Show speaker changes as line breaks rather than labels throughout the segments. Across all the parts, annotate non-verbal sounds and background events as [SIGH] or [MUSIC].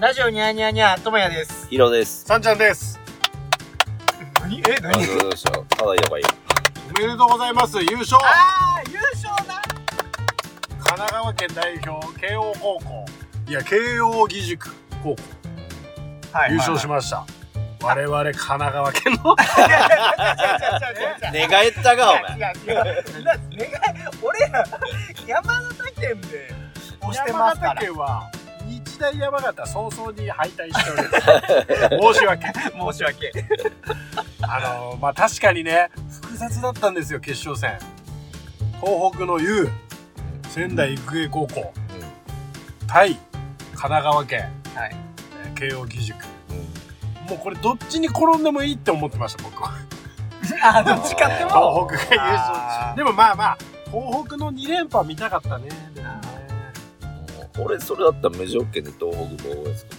ラジオニャーニャーニャー、ともやです。
ヒロです。
さんちゃんです。
何え、
あ、どうしたどうしたただやばい。
おめでとうございます。優勝。
あー、優勝だ
神奈川県代表慶応高校。いや、慶応義塾高校。
は
優勝しました。我々神奈川県の。
した。
寝返った
違う違う違う
か、お前。
だって願い俺ら山形県で押してますか
山
ら
形県は日大山形早々に敗退しております。申し訳。
申し訳
[LAUGHS] あのーまあ確かにね複雑だったんですよ決勝戦。東北の U 仙台育英高校、対神奈川県、
はい
えー慶応義塾。もうこれどっちに転んでもいいって思ってました僕は
あどっちかっても
東北が優
あ
勝
ー
でもまあまあ東北の2連覇見たかったねでもね
うん俺、それだったら無条件で東北防衛する。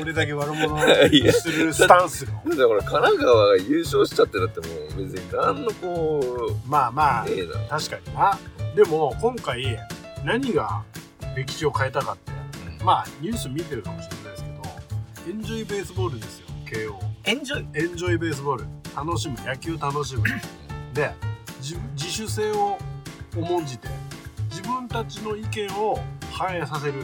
俺だけ悪者を
いや
するスタンスが
だから、神奈川が優勝しちゃってだってもう、別に何のこ
まあまあ
う、ねえな。
確かになでも今回何が歴史を変えたかってまあニュース見てるかもしれないですけどエンジョイベースボールですよ慶応
エンジョイ
エンジョイベースボール楽しむ野球楽
[LAUGHS]
しむで自自主性を重んじて自分たちの意見を反映させる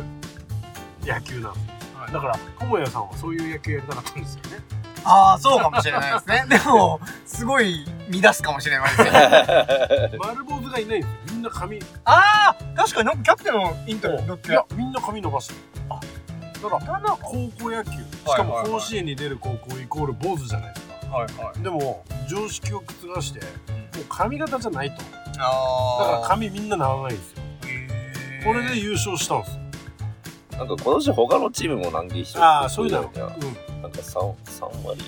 野球なんです、
はい
だから友也さんはそういう野球やりたかったんですよね
ああそうかもしれないですねでもすごい乱すかもしれないですね
丸坊主がいないんですよみんな髪い
ああ確かになんかキャプテンのインタビューだって
やみんな髪伸ばしてる
あ
だから高校野球しかも
はいはいはい
甲子園に出る高校イコール坊主じゃないですか
はいはい
でも常識を覆してもう髪型じゃないとだから
ああ
髪みんなならないんですよこれで優勝したんですよ
なんか、今年他のチームも難儀して
ああそういうの
いや
うん
なんか3、三割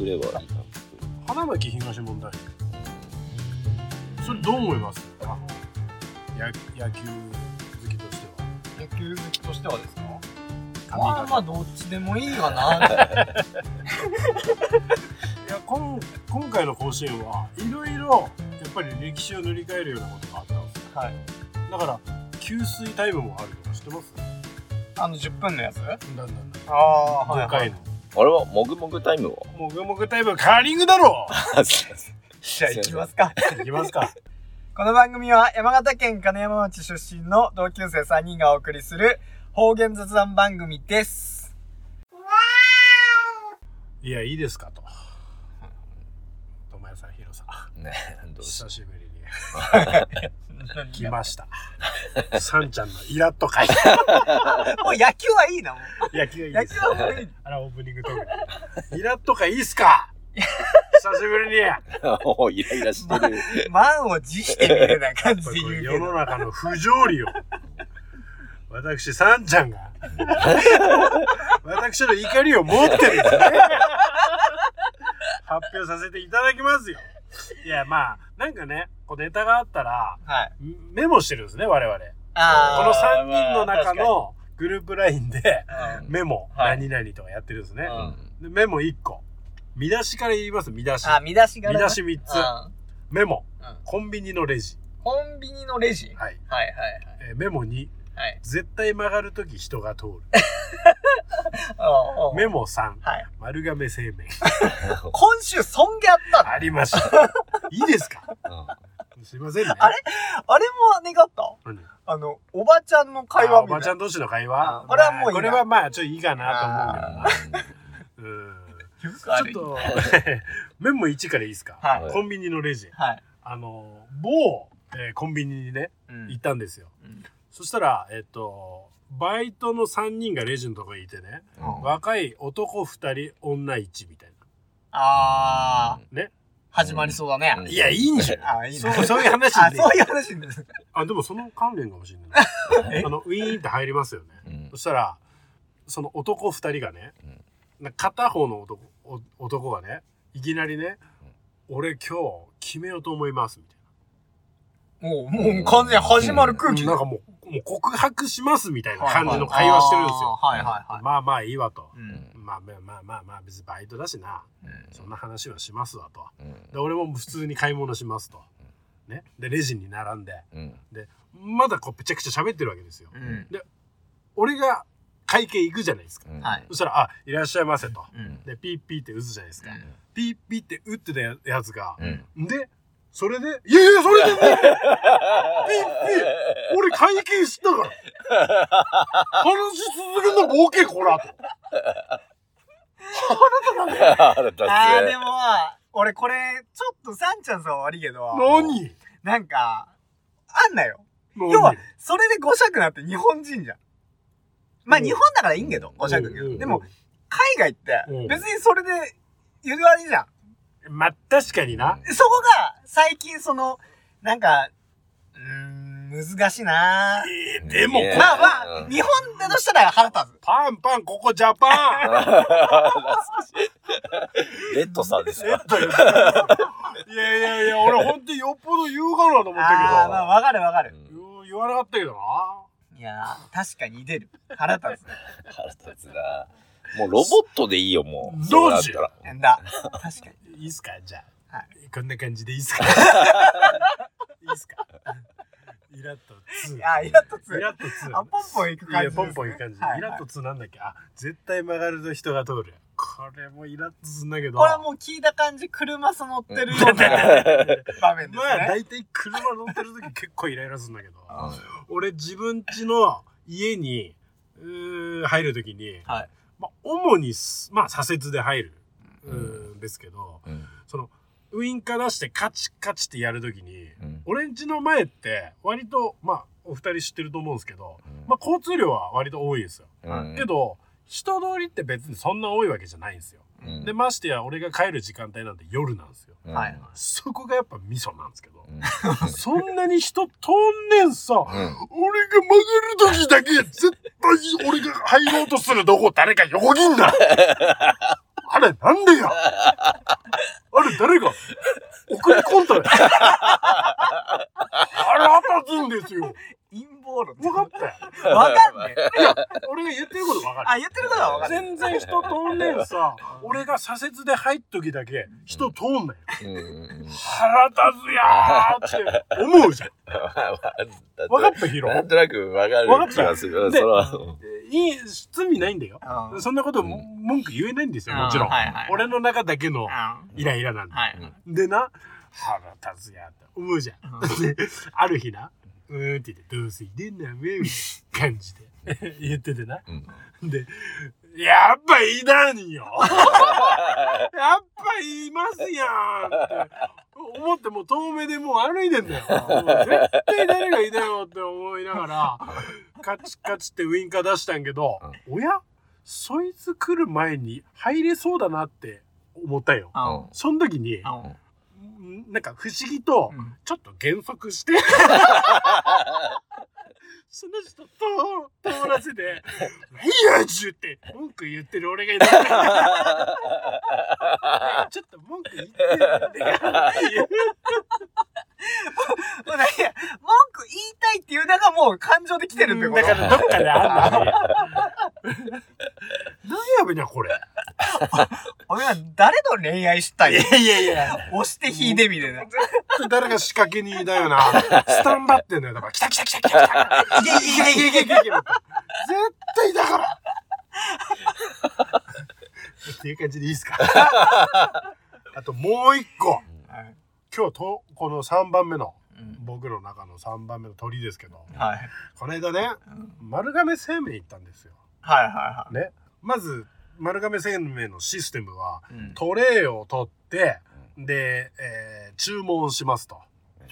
売ればいいなって。
花巻東問題それどう思いますあのや野球好きとしては
野球好きとしてはですか
髪
まあ
型、
まあどっちでもいいかない
や今今回の甲子園はいろいろやっぱり歴史を塗り替えるようなことがあったんですよ
はい
だから給水タイムもあるとか知ってます
あの10分のやつ
だんだんだん
ああ
5回の
あれは、もぐもぐタイムは
もぐもぐタイムはカーリングだろ
じゃあ行きますか
いきますか
[LAUGHS] この番組は山形県金山町出身の同級生3人がお送りする方言雑談番組です。
いやいいですかと友也さんヒロさ
[LAUGHS]
ん
ねどうした
久しぶりに来
も
ましたさんちゃんのイラッと [LAUGHS] 会
う野球はいいな、もう。
野球いい
野
で
球
す
はもういい。
あら、オープニングトーク。イラッとかいいっす [LAUGHS] か久しぶりに。やっ
おイライラしてる。
満を持してみたいな感じ
ぱ
で
りこ
言う
れ世
けど
の。中の不条理を。私、さんちゃん [LAUGHS] が。私の怒りを持ってですね。発表させていただきますよ。いや、まあ、なんかね、こうネタがあったら、
はい。
メモしてるんですね、我々。
あ
こ
ー
の3人の中のグループラインで、メモ、
はい
何々とかやってるんですね。
うん
でメモ1個。見出しから言います、見出し。
あ、見出しが
見
ね
出し3つ。
う
メモ、
うん
コンビニのレジ。
んコンビニのレジ。はい
は
は
い。
い
えーメモ2、
はい。はい。
絶対曲がるとき人が通る。
おうおう
メモ3、
はい。
丸亀製
[LAUGHS]
麺。
今週、尊厳あったの
ありま
[LAUGHS]
した。いいですか
うん
すいませんね。
あれあれも願った
何
あの、おばちゃんの会
あ
話
お
みた
ば
い
ちゃ。
なん
同士の会話
あ。これはもういいな
これはまあ、ちょっといいかなと思うけどな。
ちょっ
うん。ちょっと、メモ1からいいですか、
はい。
コンビニのレジ。
はい。
あの、某、えーコンビニにね、
うん
行ったんですよ。
うん
そしたら、えっと、バイトの3人がレジのとこにいてね、若い男2人、女1みたい
あー。
ね
始まりそうだね。
うん
な。いや、いい
[LAUGHS]
んじゃん。
あーいいね。
そうそういう話
あ、
で。
そういう話ね。
あ、でもその関連かもしれな
え
い。あの、ウィーンって入りますよね。
うん
そしたら、その男2人がね
うん、
なんか片方の男お男がね、いきなりね、俺今日決めようと思います、みたい
もう、もう完全に始まる空気
な。なんかもう、もう告白します、みたいな感じの会話してるんですよ。
あーはいはいはい。
まあまあいいわと。
うん
まあまあまあまあまあ、別にバイトだしな、
うん
そんな話はしますわと。
うん
で俺も普通に買い物しますと。ね、でレジに並んで
うん。
まだこうぺちゃくちゃ喋ってるわけですよ
うん。
俺が会計行くじゃないですか
うん
はい
そしたら「あいらっしゃいませ」と
うん。
でピーピーって打つじゃないですか、ピーピーって打ってたやつが
う、ん。
でそれで「いやいやそれ
[LAUGHS]
でねピーピー俺会計したから話し続けんのも OK こら」と。
腹立つね。
あー、でも、俺これ、ちょっとサンちゃんさんは悪いけど、
何
なんか、あんなよ。要は
何、
それで5尺なんて日本人じゃん。まあ
うん
日本だからいいんけど、5尺だけ
うんうんう
ど。
ん
でも、海外って
うん、
別にそれで、言われじゃん。
まあ確かにな、
[LAUGHS] そこが、最近その、なんか、うーん、難しいなぁ
うん
でも
いや
まあま
う
あ、
ん
日本だとしたら腹立つ。
パンパンここジャ
[LAUGHS]
パン
レッドさんです
え
か
っと言っていやいやいや俺本当によっぽど言うからなと思ったけ
ああ、
ど、
まあわかるわかる。
うん
言う言わなかったけどない
やー、確かに出る。腹立つ。
腹立つな。もうロボットでいいよ、もう。
どうしよ
そ
う
なった
な
ら
んだ。確かに。
いいっすかじゃあ、
は
こんな感じでいいっすかいいっすかイラッと2
あー、イラっとつ
イ。ラッと2
あ、ポンポン行く感じ
い
ですね。
やポンポンいく感じ、
はい
イラッと2なんだっけあ絶対曲がると人が通るこれもイラッとすんだけど
これ
[LAUGHS]
はもう聞いた感じ、車そ乗ってるような場面です
まあ
ね。
大体車乗ってる時結構イライラするんだけど
うん
俺自分家の家にうー入る時に、
はい
まあ、主にす、まあ、左折で入る、う
うん
ーん、ですけど
うん
そのウインカー出してカチカチってやる時に
うん
俺ん家の前って割とまあお二人知ってると思うんですけど、
うん
まあ、交通量は割と多いですよ、
うん
けど人通りって別にそんな多いわけじゃないんですよ、
うん
でましてや俺が帰る時間帯なんて夜なんですよ
うん
はい
そこがやっぱミソなんです
[LAUGHS]
けど、
うん
そんなに人飛んねんさ、
うん
俺が曲がる時だけ、絶対俺が入ろうとするとこ誰か横切ん [LAUGHS] なあれなんでやあれ誰が送り込んだよあれ腹立つんですよ。
陰謀論。
分かったよ。
わかんねえ。
俺が言ってること分かる。
あ、言ってることはわかる。
全然人通んねえさ、俺が左折で入っときだけ人通んないよ。
うんうん
腹立つやーって思うじゃん。分かったヒロ。
なんとなくわかる気がする。
で
その
いい、罪ないんだよ。
うん
そんなこと [LAUGHS] も
う
文句言えないんですよ、もちろん。
はいはい。
俺の中だけの
うん、は
イライラなんだ。
い。
でな、腹立つやって思うじゃん。で、ある日な、うーんって言って、どうせ入れんな、めみたいな感じで [LAUGHS] 言っててな。
うん
で、やっぱいらん [LAUGHS] よやっぱいますやんって思ってもう遠目でもう歩いてんだよ。もう絶対誰がいたよって思いながら、カチカチってウインカー出したんけど、おやそいつ来る前に入れそうだなって思ったよ。
うん
その時に、
うん
んなんか不思議と、
うん
ちょっと減速して、 [LAUGHS] その人と通らせて、 [LAUGHS] 何やちゅうって文句言ってる俺が [LAUGHS] いる。ちょっと文句言ってるっていう
もうなんか文句言いたいっていうのがもう感情で来てるってこと
だからどっかであん [LAUGHS] のに。何やべな、これ。
俺は誰と恋愛したい
いやいや。
押して引いてみたいな。い
誰が仕掛け人だよな。スタンバってんだよ。だから、来た来た来た来た来た。
けいけいけいけ
絶対だからっていう感じでいいですかあともう一個
はい
今日とこの3番目の
うん
僕の中の3番目の鳥ですけど
はい
この間ね
うん
丸亀製麺行ったんですよ
はいは
ねまず丸亀製麺のシステムはい
はい。うん
トレイを取ってで、えー注文しますと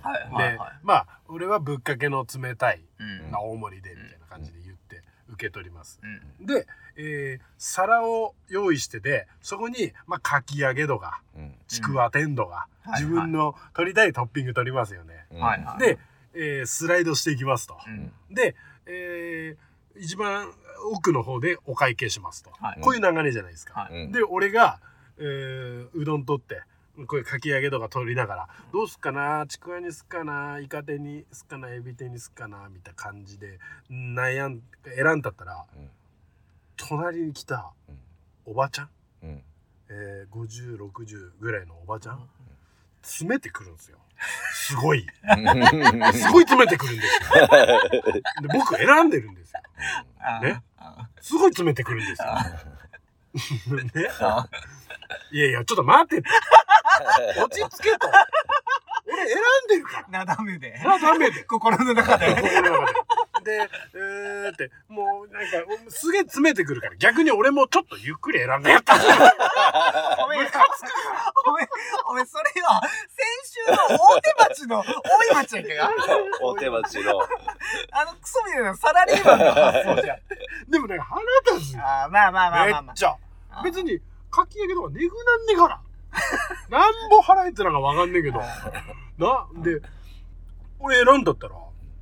はい
で、
はいはい。
まあ俺はぶっかけの冷たい
うん
な大盛りでみたいな感じで言って受け取ります
うん
で、えー皿を用意しててそこに、まあ、かき揚げとか
うん
ちくわ天とか、
うん
自分の取りたいトッピング取りますよね、
うん
はいはい。
で、えースライドしていきますと、
うん
で、えー一番奥の方でお会計しますと、
はい
こういう流れじゃないですか、
は
うん
で俺が、えーうどん取ってこういうかき揚げとか取りながらどうすっかなちくわにすっかなイカ天にすっかなエビ天にすっかなみたいな感じで悩ん選んだったら
うん
隣に来た
うん
おばちゃん、
うん
えー、5060ぐらいのおばちゃん詰めてくるんですよ。すごい。
うん
すごい詰めてくるんですよ。で僕選んでるんですよ。
あー
ね
あ
すごい詰めてくるんで
[LAUGHS]
すよ。ね、
ーあー
いやいや、ちょっと待ってと。落ち着けと。俺選んでるから。
なだめで
そ。れはダメで。
心の中で。
心の中で。で、えーって、もうなんか、すげえ詰めてくるから、逆に俺もちょっとゆっくり選んでやった。
おめえ、おめえ、おめえ、それは、先週の大手町の、大井町やんけが、
お手待ちの。
あのクソみたいなサラリーマンの発想じゃん。
でもなんか腹立つよ。
あーまあまあまあまあ
め
ま
っちゃ。
あ。
別に、かき揚げとかねぐなんねえから。なんぼ払えてなんかわかんねえけど。な、で、俺選んだったら、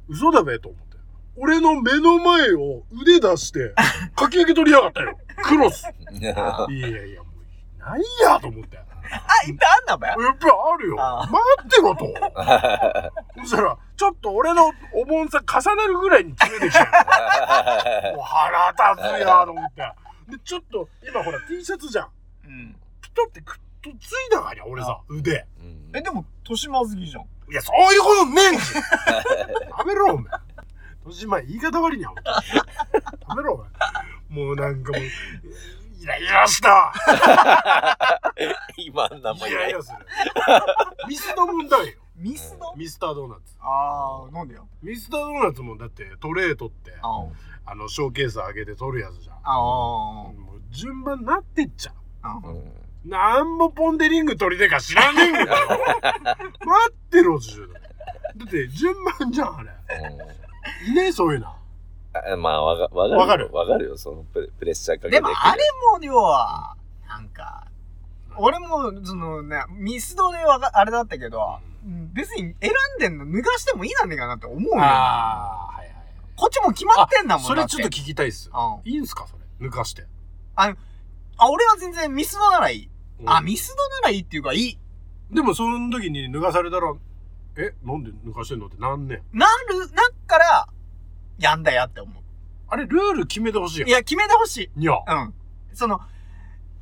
嘘だべと思って。俺の目の前を腕出して、かき揚げ取りやがったよ。クロス。いやいやいや、もう、ないやと思って。やっ
あ、いっぱいあんなばよ。
ぱりあるよ。
あ
待って
[LAUGHS]
ろと。そしたら、ちょっと俺のお盆さ重なるぐらいに詰めて
[LAUGHS]
きたよ。もう腹立つやと思って。で、ちょっと、今ほら T シャツじゃん。
うん。
ピトってくっとついたがにゃ、俺さ、腕。
え、でも、年まずぎじゃん。
いや、そういうことねえん
[LAUGHS]
じゃんやめろ、お前。年前、言い方悪いにゃ、ほんとやめろ、お前。もうなんかもう、イライラした。
今あんなもん
イ
い
ラ
な
イ
い。
ラする。ミスの問題よ。
ミスの
ミスタードーナツ。
ああ、なんでよ。
ミスタードーナツもだってトレー取って、
あー
あの、ショーケース上げて取るやつじゃん。
あー。
もう順番なってっちゃう。
あー
なんもポンデリング取りでか知らねえ
[LAUGHS]
んだよ。待ってろ、ちゅうのだって順番じゃん、あれ。いねえ、そういうな。
あまあ、わかわかる。
わかる
わかるよ、そのプレプレッシャーかけて
でも、あれも、要は、なんか、俺も、そのね、ミスドでわか、あれだったけど、うん別に選んでんの脱がしてもいいなんねえかなって思うよ。
ああ、はいはい。
こっちも決まってんだもん
それ
だて
ちょっと聞きたいっす。
うん
いいんすか、それ。抜かして。
あ、俺は全然ミスドならいい。あ、ミスドならいいっていうか、いい。
でも、その時に脱がされたら、え、なんで抜かしてんのってなんねん。
なる、なっから、やんだやって思う。
あれ、ルール決めてほしいよ
い。や、決めてほしい。
にゃ。
うん。その、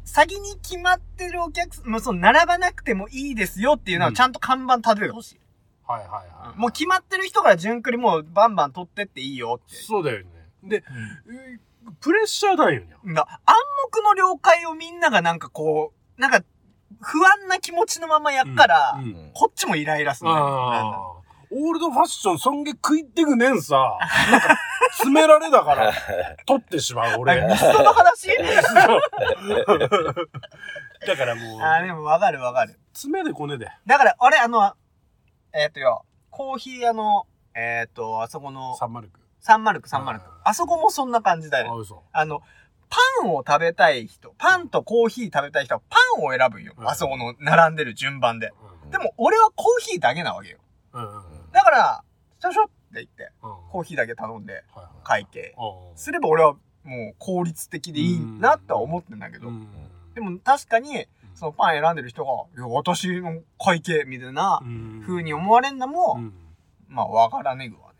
先に決まってるお客さん、もうその、並ばなくてもいいですよっていうの
う
は
ん
ちゃんと看板立ててほしい。
はいはいはい。
もう決まってる人から順繰りもうバンバン取ってっていいよって。
そうだよね。で、えープレッシャーだよにゃ。
な暗黙の了解をみんながなんかこう、なんか、不安な気持ちのままやっから、
うんうん
こっちもイライラするんだよ。
ああ。オールドファッション、そんげ食いってくねんさ。なんか、詰められだ
[LAUGHS]
から、取ってしまう、俺。
ミスドの話
[LAUGHS] だからもう、
あー、でもわかるわかる。
詰めでこねで。
だから、俺、あの、えっ、とよ、コーヒー屋の、えっ、と、あそこの、
サンマルク。
サンマルク、サンマルク
うん。
あそこもそんな感じだよ
あ、
ね。
嘘。
あの、パンを食べたい人、パンとコーヒー食べたい人はパンを選ぶんよ。
うん
あそこの並んでる順番で。
うん
でも、俺はコーヒーだけなわけよ。
うんうんうん。
だから、ちょちょって言って、コ
コ
ーヒーだけ頼んで、
ーはいはい
会計。
ああ
すれば俺はもう効率的でいいなとは思ってんだけど
う。ん
でも確かに、
うん
そのパン選んでる人が、いや、私の会計みたいな
うん
風に思われんの
う
も、
ん
まあ、わからねぐわね。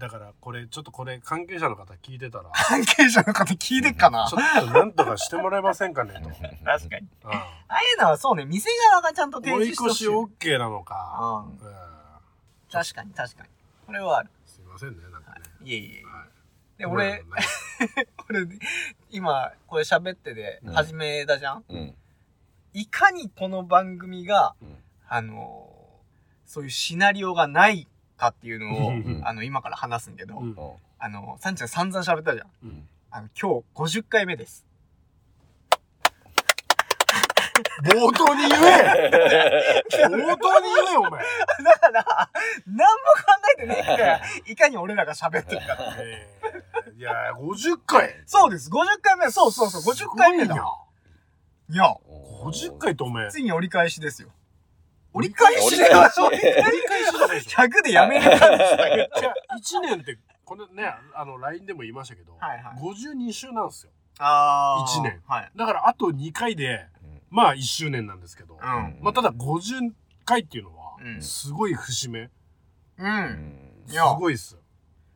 だから、これ、ちょっとこれ、関係者の方聞いてたら、
関係者の方聞いてっかな
ちょっとなんとかしてもらえませんかね、と。
確かに。
う
ああいうのはそうね、店側がちゃんと
ん
提
追い
示して
越
ほしい。
し OK なのか。
うん。
うん
確かに確かに。これはある。
すいませんね、なんかね。
いえいえいえ。
はい
で、俺、、俺、今、これ喋ってで
う、ん
始めたじゃん、
うん。
いかにこの番組が、
うん
あのーそういうシナリオがないかっていうのを、
ん
あの、今から話すんけど、
うん
あの、サンちゃん散々喋ったじゃん。
うん
あの、今日50回目です。
冒頭に言え冒頭に言えよ、お前。
[LAUGHS] だから、何も考えてないから、
[LAUGHS]
いかに俺らが喋ってるか。
えーいやー、50回。
そうです、50回目、そうそうそう、50回目だ。
すごい
いや、
な。50回とお前。
ついに折り返しですよ。折り返しだよ、折り返し
繰り返しだでしょ。
100でやめる感じだけど。
じゃあ1年ってこれねあの LINE でも言いましたけど、
はいはい
52週なんですよ
あ
ー一年。
はい。
だからあと2回で
うん
まあ1周年なんですけど、
うん
まあ、ただ50回っていうのは
うん
すごい節目、
う。
うん
い
ん
す
や
ごいっすよ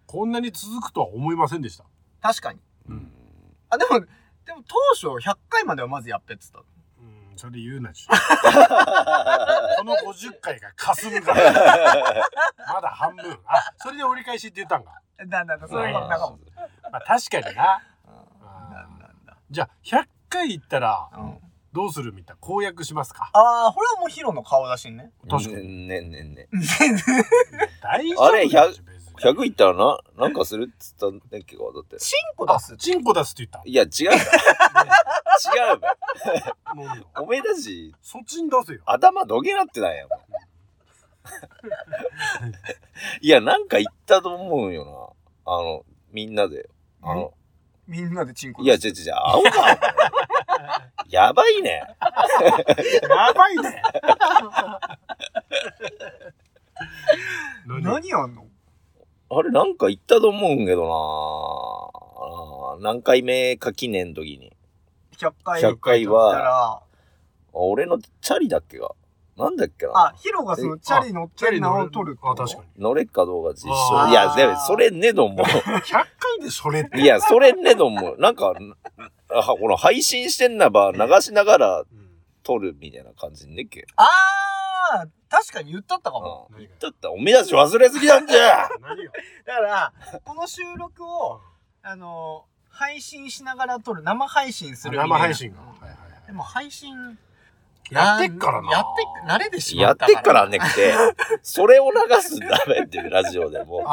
こんなに続くとは思いませんでした
確かに。
う
うんん
あ、でも、でも当初100回まではまずやっぺって言ってた。
うんそれ言うなちょっと [LAUGHS] この50回が霞むからまだ半分あそれで折り返しって言ったんか、
だんだんだ、そういうことだかも。
まあ、確かにな
うんなんだなんだ。
じゃあ100回行ったら
うん。
どうするみたいな公約しますか
ああ、これはもうヒロの顔だしね。
確かに
に。ねねね。
大丈
あれ
夫
100
別に
100いったらな、なんかするっつったんだっけか、だって。
チンコ出
あ
す。
チンコ出すって言っ
いや、違うから。違うから。
たもう
おめえだし、
そっちに出せよ
頭どげなってないやん。 [LAUGHS] いや、なんか言ったと思うよな。あの、みんなで。あの、
みんなでチンコ
いや、
出す。
違う違う違う、青か。お前やばいね。
やばいね何
何やんの
あれ、なんか言ったと思うんけどな。あー何回目か記念の時に。
?100 回。
100回
だ
は、
ら、
俺のチャリだっけが。なんだっけな
あ。、ヒロがそのチャリ乗ってる名を取るってこ
あ
と
確かに
乗れっかどうか実証。
あー
いや、でも、それねども。
100回でそれって
いや、それねども。なんか、あこの配信してんなば流しながら撮るみたいな感じねっけ。
あー、確かに言ったったかも。
うん。言ったったらおめだし忘れすぎなんじ
[LAUGHS]
ゃ
何よ
だから、この収録を、あの、配信しながら撮る、生配信する。
生配。信が、はいはい
でも配信、
はい、やってっからな
やってっ、慣れてしま
や
っ
ったてっからねって、それを流すんだねって、ラジオでもう。
あ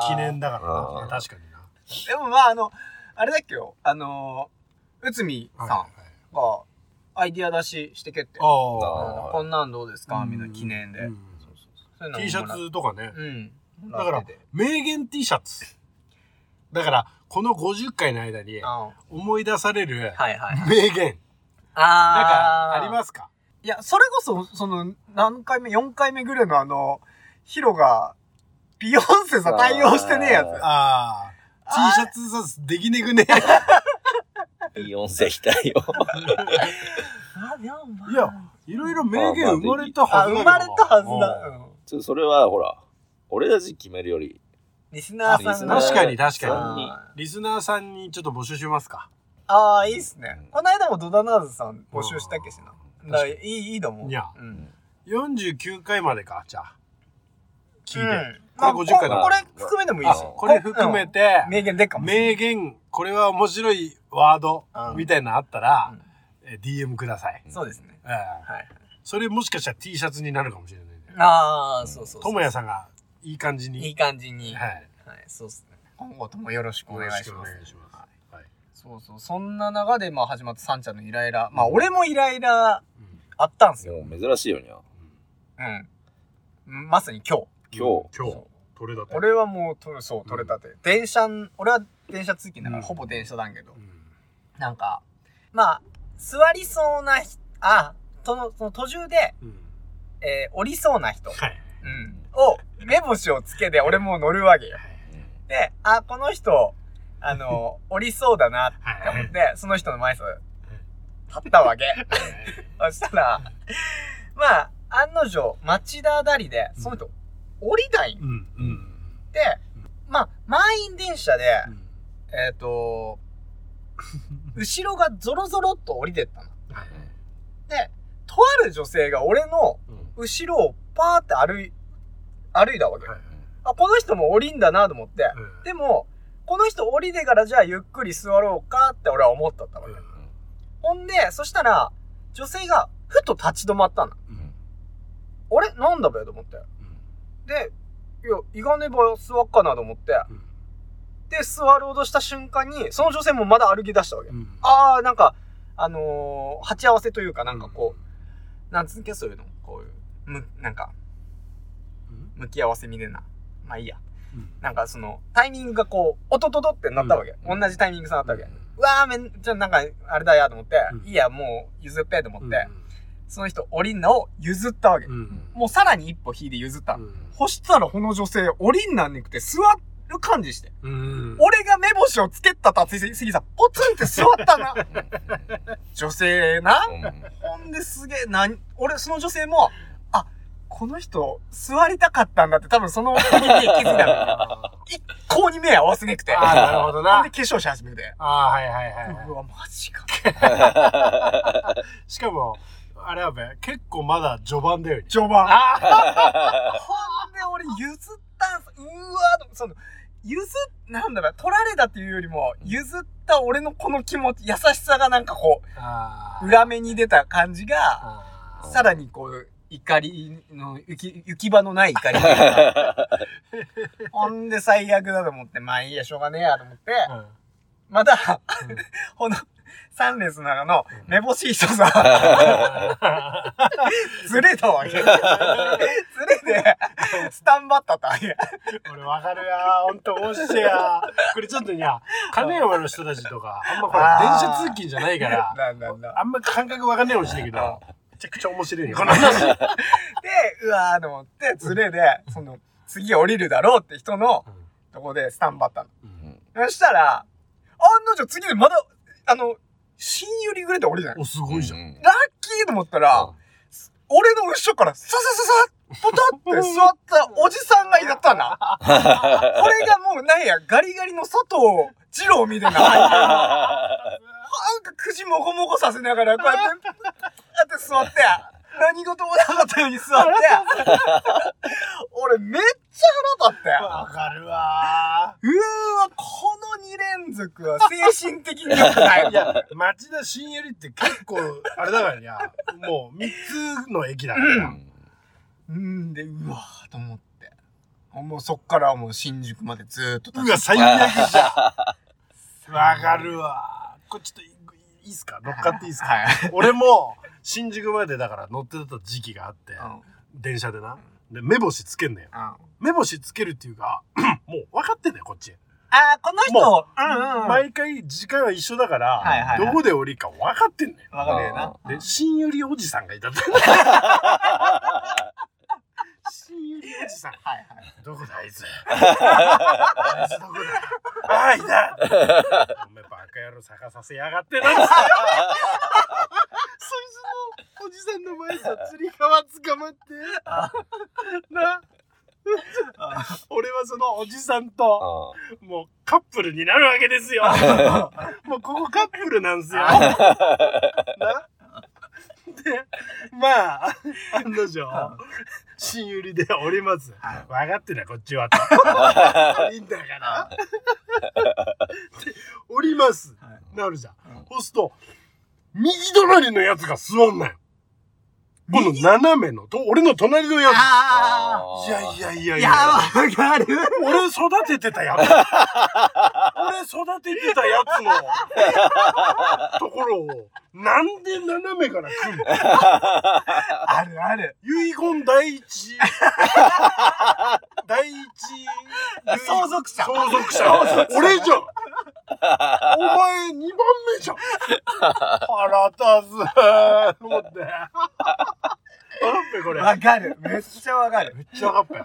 あー
その記念だから
あ
な
ー
確かにな
でもまあ、あの、あれだっけよ、あの、内海さん
はいはい
が、アイディア出ししてけって。
あ
あー
こんなんどうです
あ
かみんな記念で。
[LAUGHS]
そういうのも
T シャツとかね
うん。
だから
うん。
名言 T シャツだからこの50回の間に
は
思い出される
いはいはい。
名言なんか
あ
あ
ー
りますか
いや、それこそ、その、何回目、4回目ぐらいのあの、ヒロが、ビヨンセさ対応してねえやつ。
あ
ああ T シャツさできねくね
ビヨンセた
[LAUGHS]
いよ。
あ、でもまあ
いや [LAUGHS] いろいろ名言生まれたは
あ
ず
生
だけど
まれたはずだ。
うん
うん
ちょっとそれは、ほら、俺たち決めるより。
リスナーさんが。
確かに
う
確
ん
か
に
リスナーさんにちょっと募集しますか
ああ、いいっすね。この間もドダナーズさん募集したっけしな。だからいい、いいと思う。
いや
うん。
49回までかじゃあ聞いて、
うん
これ50回だ
まあここれ含めてもいいし
あ。
これ含めて
うん、名言でっかも。
名言、これは面白いワード
うん
みたいなのあったら、え DM ください。
そうですね。
ええ
はい。
それもしかしたら T シャツになるかもしれないね。
ああ、そうそうそう。
ともやさんがいい感じ
いい
に。
感じに。
は。
はいい、そうっすね。今後ともよろしくお願いします
よ。ろしくお願いします。はい。
そうそう。そんな中で、まあ、始まったサンちゃんのイライラ。まあ、
うん
俺もイライラ
うん
あったんす
で
よ。
も珍しいよにゃ。
うん。まさに今日。
今
今日
そ。
取れだと。
俺はもう、とそう、取れたて。電車ん、俺は電車通勤だか
う
ら、
ん
ほぼ電車だんけど
う。ん
なんか、まあ、座りそうな人、あ、その、その途中で、
うん。
えー降りそうな人。
はい。
うん。を、目星をつけて、俺もう乗るわけよ。で、あ、この人、あ [LAUGHS] の、降りそうだなって
は
[LAUGHS]
い。
思って、その人の前さ、立ったわけ。そしたら、まあ、案の定、町田だりで、その人、降りない
うん。うん
う
うんん。
で、まあ、満員電車で、
うん
えっ、と、後ろがゾロゾロっと降りてったの。
はい
で、とある女性が俺の
うん
後ろをパーって歩い、歩いたわけよ。
はい
あ、この人も降りんだなと思って、
うん
でも、この人降りてからじゃあゆっくり座ろうかって俺は思ったったわ
う
け。
ん
ほんで、そしたら、女性がふと立ち止まったの。
うん
あれなんだべと思って。で、いや、いがねば座っかなと思って。
うん
で、座ろうとした瞬間に、その女性もまだ歩き出したわけ。
うん
あー、なんか、あのー、鉢合わせというか、なんかこう、なんつうんけ、そういうの。こういう、む、なんか、
うん
向き合わせみねえな。まあいいや。
うん
なんかその、タイミングがこう、おとととってなったわけ。
うん
同じタイミングさなったわけ。
うん
うわーめん、じゃなんか、あれだやと思って、
うん
いいや、もう譲っぺと思
う
っ
ん
て、その人降りんなを譲ったわけ。
うん
もうさらに一歩引いて譲ったの。
うん
そしたらこの女性降りんなんにくて座る感じして。
うん
俺が目星をつけたたつぎさん、ポツンって座った
[LAUGHS]
な。女性な。ほんですげえ、なん、俺、その女性
[LAUGHS]
も、あ、この人、座りたかったんだって多分その時に気づいたのよ。一向に目合わせなくて。
ああ、なるほど
ほん
な
で。化粧し始めて。
ああ、はいはいうは
わ、マジか。
い。しかも、あれはべ、結構まだ序盤だよね。
序盤。
ああ
ほんで俺譲ったんす。うわーその、譲っ、なんだろう、取られたっていうよりも、譲った俺のこの気持ち、優しさがなんかこ
あ
う、
あ。
裏目に出た感じが、
あ
さらにこう、怒りの、行き、行き場のない怒
[LAUGHS]
り。ほんで最悪だと思って、まあいいや、しょうがねえやと思って、
あ。うん
また
うん、
この、サンレスなの
う、ん
めぼしい人
[LAUGHS]
さ、ずれたわけ。ずれで、スタンバったったわけ。
俺わかるやほんと面白いやこれちょっといや金山の人たちとかあんまほら電
あー
車通勤じゃないから
なんなんだ。
あんま感覚わかんないかもしれないけどめちゃくちゃ面白いよこの話
で、うわーと思って、ずれで、その、次降りるだろうって人のとこでスタンバったの。そしたら、案の定次でまだ、あの、新寄りぐらいで降りない。
[LAUGHS] おすごいじゃん
ん。
ラッキーと思ったら、俺の後ろから、ささささ、ポタって座ったおじさんがいだった [LAUGHS] な。これがもうなんや、ガリガリの佐藤二郎みたいな。なんかくじもごもごさせながら、こうやって、こうやって座って、何事もなかったように座って、俺めっちゃ腹立ったよ。
わかるわ
うーわ、この2連続は精神的に
[LAUGHS]
良くない。
いや町田新寄りって結構あれだからやもう3つの駅だから
うんで、うわーと思って。もうそっからはもう新宿までずーっと
うわ最悪じゃんわかるわこれちょっといいっすか乗っかっていいっすか
はい。
俺も新宿までだから乗ってた時期があって、
うん
電車でなで目星つけんねよ
あ
目星つけるっていうか [CLEARS THROAT] もう分かってんだよこっち、
あー、この人、
も
うんうん。わ
毎回時間は一緒だから、
はいはいはい
どこで降りるか分かってんだよ
かるよな。
で新寄りおじさんがいたって
[LAUGHS]
新寄りおじさん
はいはい。
どこだあいつあいつどこだああいたお前バカ野郎探させや
[LAUGHS]
がってなそいつのおじさんの前さ釣り革捕まってな俺はそのおじさんともうカップルになるわけですよもうここカップルなんですよなでまあ案の定新売りで降ります
はい
分かってないこっちはといいんだからで降ります
は
なるじゃん
うん
そうすると右隣のやつが座んないこの斜めのと俺の隣のや
[LAUGHS] あ
[LAUGHS] ついやいやいや
あ。
い
い
や
や、わかる。
俺育ててたやつ俺育ててたやつの
[LAUGHS]
ところをなんで斜めから来るの
あるある。
遺言第一第一遺
相続者
[LAUGHS] 相続者俺じゃんお前2番目じゃん腹立つと思ってあっぺこれ
わかる。めっちゃわかる。
めっちゃあっぺ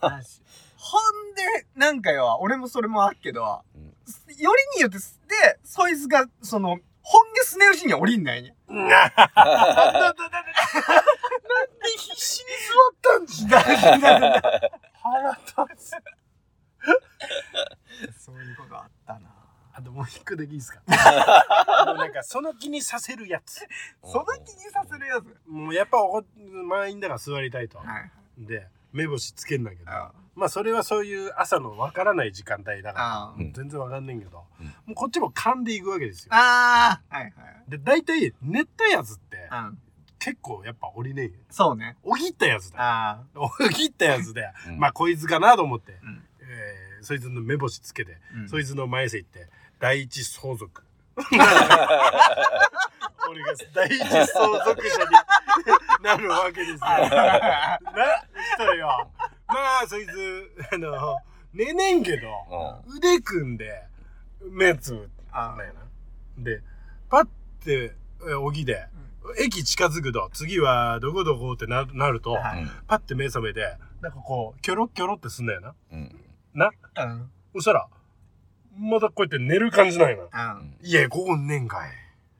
ほんで、なんかよ、俺もそれもあっけど、よ
うん
りによって、で、そいつが、その、本家すねる日には降りんないね。
うんあっだだだだなんで必死に座ったんじゃ腹立つ
そういうことあったな。
あともう一個でいいですか [LAUGHS] もうなんかその気にさせるやつ
その気にさせるやつ。
もうやっぱおこ満員だから座りたいと
はい。
で目星つけんだけど
あ
まあそれはそういう朝のわからない時間帯だから
あ
うん
全然わかんないけど、
うん
もうこっちも勘でいくわけですよ
ああ。はいはい。
で大体寝たやつって
うん。
結構やっぱ降りねえよ
そうね。
起きったやつだよ
あ
起きったやつで、
うん
まあこいつかなと思って、
うん
えーそいつの目星つけて、
うん
そいつの前世行って第一相続俺が第一相続者になるわけですよな
[LAUGHS] あ。
そしたらよまあそいつあの寝ねんけど、腕組んで目つぶったんだよな。でパッてえおぎで、駅近づくと次はどこどこってななると、
はい
パッて目覚めてなんかこうキョロキョロってすんだよな。
うん。
そしたらまたこうやって寝る感じなんやな。
うん。
いやここ寝んかい。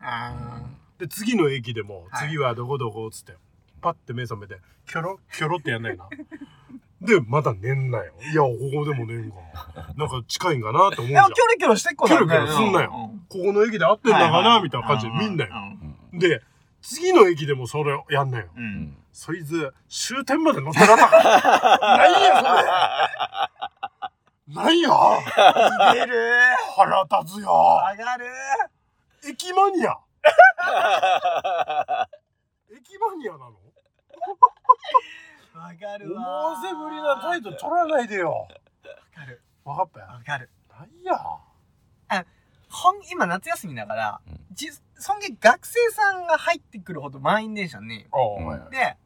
あ
で次の駅でも
はい
[LAUGHS] 次はどこどこっつって、パッて目覚めてキョロキョロってやんないな。で、まだ寝んなよ。いや、ここでも寝んか。なんか近いんかなって思う
で
じゃん
も、。キョロキョロしてっこない
キョロキョロすんなよここの駅で合ってんだかなみたいな感じで見んなよ。
よ。
で、次の駅でもそれをやんなよ。
う。
うんん
そいつ、終点まで乗ってなかったから。 [LAUGHS] 何や、それ。何や。
出る
腹立つよ。
上がる
駅マニア。駅マニアなの
上がる
思
わ。
わせぶりな態度取らないでよ。
わかる。
わかったよ。
わかる。
何や。
ほん、今夏休みだから
うん、
じ、そんげ学生さんが入ってくるほど満員電車ね。
あお
前
で、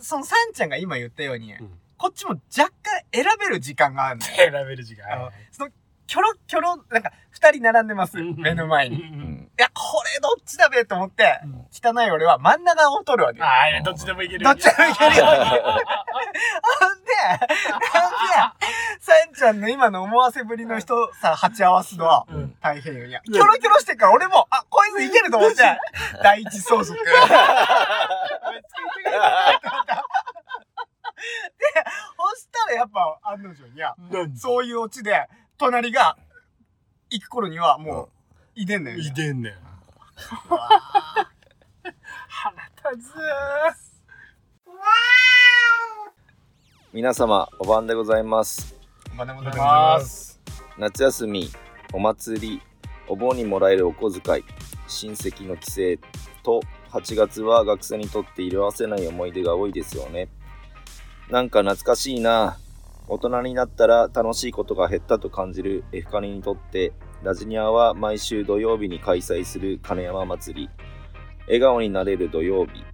そのさんちゃんが今言ったように
ん、
こっちも若干選べる時間があるのよ。
選べる時間
あのその、キョロキョロ、なんか、二人並んでます。
うん
目の前に。い
うん
や、これどっちだべと思って
う、ん
汚い俺は真ん中を取るわけよ。
ああ、いやどっちでもいける
どっちでもいけるように。ほんで、ほんで、さんちゃんの今の思わせぶりの人さ、鉢合わすのは
うん
大変よ。いや、
う
キ
ん
ョロキョロしてっから俺も、あ、こいついけると [LAUGHS] 思って、第一相 [LAUGHS] 続。そしたらやっぱ案の定にゃ、
何
そういうオチで、隣が行く頃にはもう、いでんのよね。
いでん [LAUGHS] ねん。腹立つ
皆様お晩でございます
お金もございます。
夏休みお祭りお盆にもらえるお小遣い親戚の帰省と8月は学生にとって色あせない思い出が多いですよねなんか懐かしいな大人になったら楽しいことが減ったと感じる F カニにとってラジニアは毎週土曜日に開催する金山祭り笑顔になれる土曜日